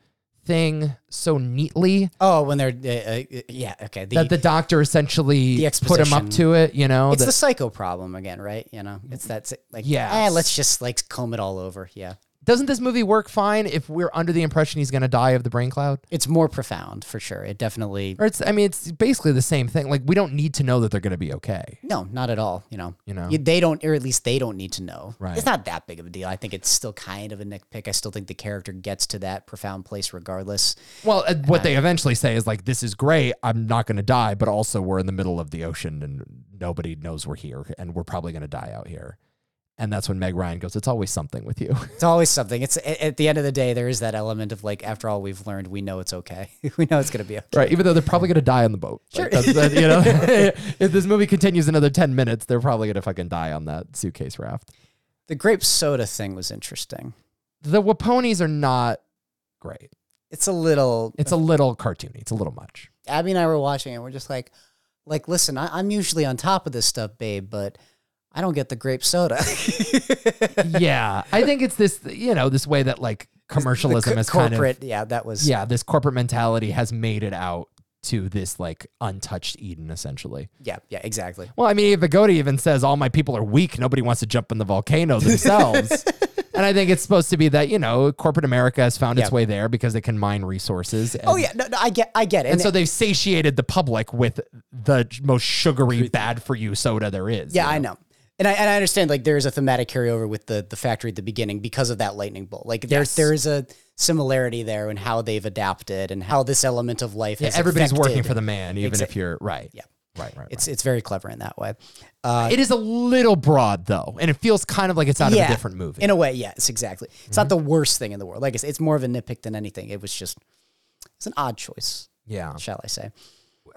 thing so neatly Oh, when they're, uh, uh, yeah. Okay. The, that the doctor essentially the put him up exposition. to it. You know, it's that- the psycho problem again, right? You know, it's that, si- like, Yes. yeah, let's just like comb it all over. Yeah. doesn't this movie work fine if we're under the impression he's going to die of the brain cloud? It's more profound for sure. It definitely, Or it's, I mean, it's basically the same thing. Like we don't need to know that they're going to be okay. No, not at all. You know, You know? You- they don't, or at least they don't need to know. Right. It's not that big of a deal. I think it's still kind of a nitpick. I still think the character gets to that profound place regardless. Well, uh, what they eventually say is like, "This is great. I'm not going to die, but also we're in the middle of the ocean and nobody knows we're here, and we're probably going to die out here." And that's when Meg Ryan goes, "It's always something with you." It's always something. It's a- at the end of the day, there is that element of like, after all we've learned, we know it's okay. we know it's gonna be okay. right, even though they're probably going to die on the boat. Sure. you know, if this movie continues another ten minutes, they're probably going to fucking die on that suitcase raft. The grape soda thing was interesting. The Waponies are not great. It's a little. It's a little cartoony. It's a little much. Abby and I were watching it. We're just like, like, listen, I, I'm usually on top of this stuff, babe, but I don't get the grape soda. yeah, I think it's this. You know, this way that like commercialism The is corporate. kind of yeah, that was. yeah, this corporate mentality has made it out to this like untouched Eden essentially. yeah, yeah, exactly. Well, I mean, Vigoda even says all my people are weak. Nobody wants to jump in the volcano themselves. and I think it's supposed to be that you know corporate America has found its Yeah. way there because they can mine resources. And, Oh yeah, no, no, I get, I get it. and, so they've satiated the public with the most sugary, bad for you soda there is. Yeah, I know. And I, and I understand like there is a thematic carryover with the the factory at the beginning because of that lightning bolt. Like there's Yes. there is a similarity there in how they've adapted and how this element of life Yeah, has everybody's affected- working for the man, even Exa- if you're right. Yeah. Right, right. It's it's very clever in that way. Uh, It is a little broad though, and it feels kind of like it's out yeah, of a different movie. In a way, yes, exactly. It's not Mm-hmm. the worst thing in the world. Like I said, it's more of a nitpick than anything. It was just it's an odd choice, yeah. shall I say.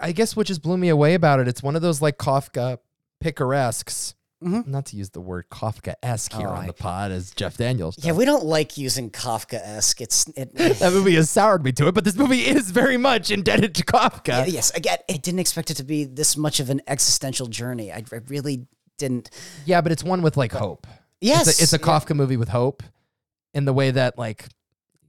I guess what just blew me away about it, it's one of those like Kafka picaresques. Not to use the word Kafka esque here Mm-hmm. Oh, on I- the pod as Jeff Daniels. Yeah, we don't like using Kafka esque. It's it, That movie has soured me to it, but this movie is very much indebted to Kafka. Yeah, yes, again, I didn't expect it to be this much of an existential journey. I, I really didn't. Yeah, but it's one with like hope. Yes, It's a, it's a yeah. Kafka movie with hope in the way that like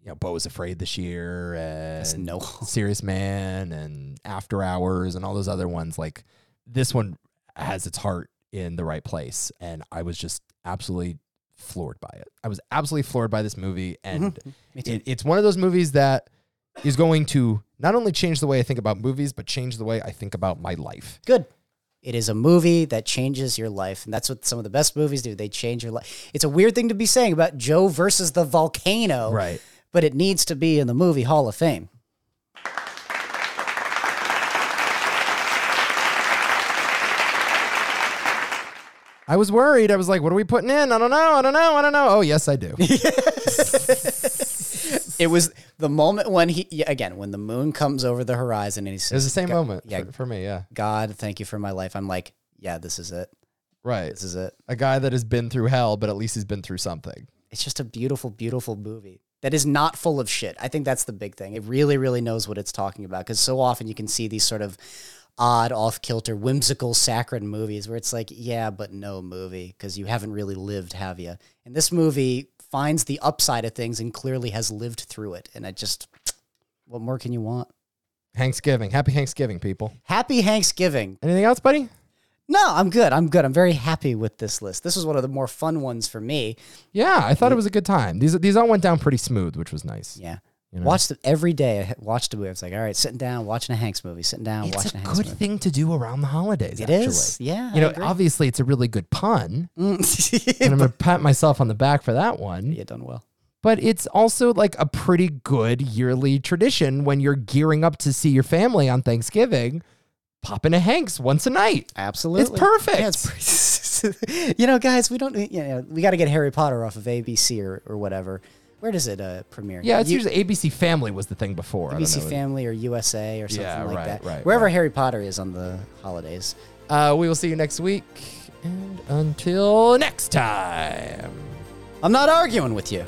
you know, Bo is Afraid this year and no. Serious Man and After Hours and all those other ones. Like this one has its heart in the right place. And I was just absolutely floored by it. I was absolutely floored by this movie. And Mm-hmm. it, it's one of those movies that is going to not only change the way I think about movies, but change the way I think about my life. Good. It is a movie that changes your life, and that's what some of the best movies do. They change your life. It's a weird thing to be saying about Joe versus the volcano, Right. But it needs to be in the movie Hall of Fame. I was worried. I was like, what are we putting in? I don't know. I don't know. I don't know. Oh, yes, I do. It was the moment when he yeah, again when the moon comes over the horizon, and he says, It was the same "God- moment Yeah, for, for me. Yeah. God, thank you for my life." I'm like, yeah, this is it. Right. This is it. A guy that has been through hell, but at least he's been through something. It's just a beautiful, beautiful movie that is not full of shit. I think that's the big thing. It really, really knows what it's talking about because so often you can see these sort of odd, off kilter, whimsical, saccharine movies where it's like, yeah, but no movie because you haven't really lived, have you? And this movie finds the upside of things and clearly has lived through it. And I just, what more can you want? Thanksgiving. Happy Thanksgiving, people. Happy Thanksgiving. Anything else, buddy? No, I'm good. I'm good. I'm very happy with this list. This was one of the more fun ones for me. Yeah, I thought it was a good time. These these all went down pretty smooth, which was nice. Yeah. You know? Watched it every day. I ha- watched the movie. I was like, all right, sitting down, watching a Hanks movie, sitting down, It's watching a a Hanks good movie. thing to do around the holidays. It actually. is. Yeah, You I know, agree. obviously it's a really good pun, Mm. and I'm gonna pat myself on the back for that one. you done well. But it's also like a pretty good yearly tradition when you're gearing up to see your family on Thanksgiving, popping a Hanks once a night. Absolutely. perfect. Yeah, it's pre- you know, guys, we don't, you know, we got to get Harry Potter off of ABC or, or whatever. Where does it uh, premiere? Yeah, it's U- usually ABC Family was the thing before. I don't ABC know. Family or USA or something Yeah, like right, that. right, Wherever Harry Potter is on the holidays. Uh, we will see you next week. And until next time. I'm not arguing with you.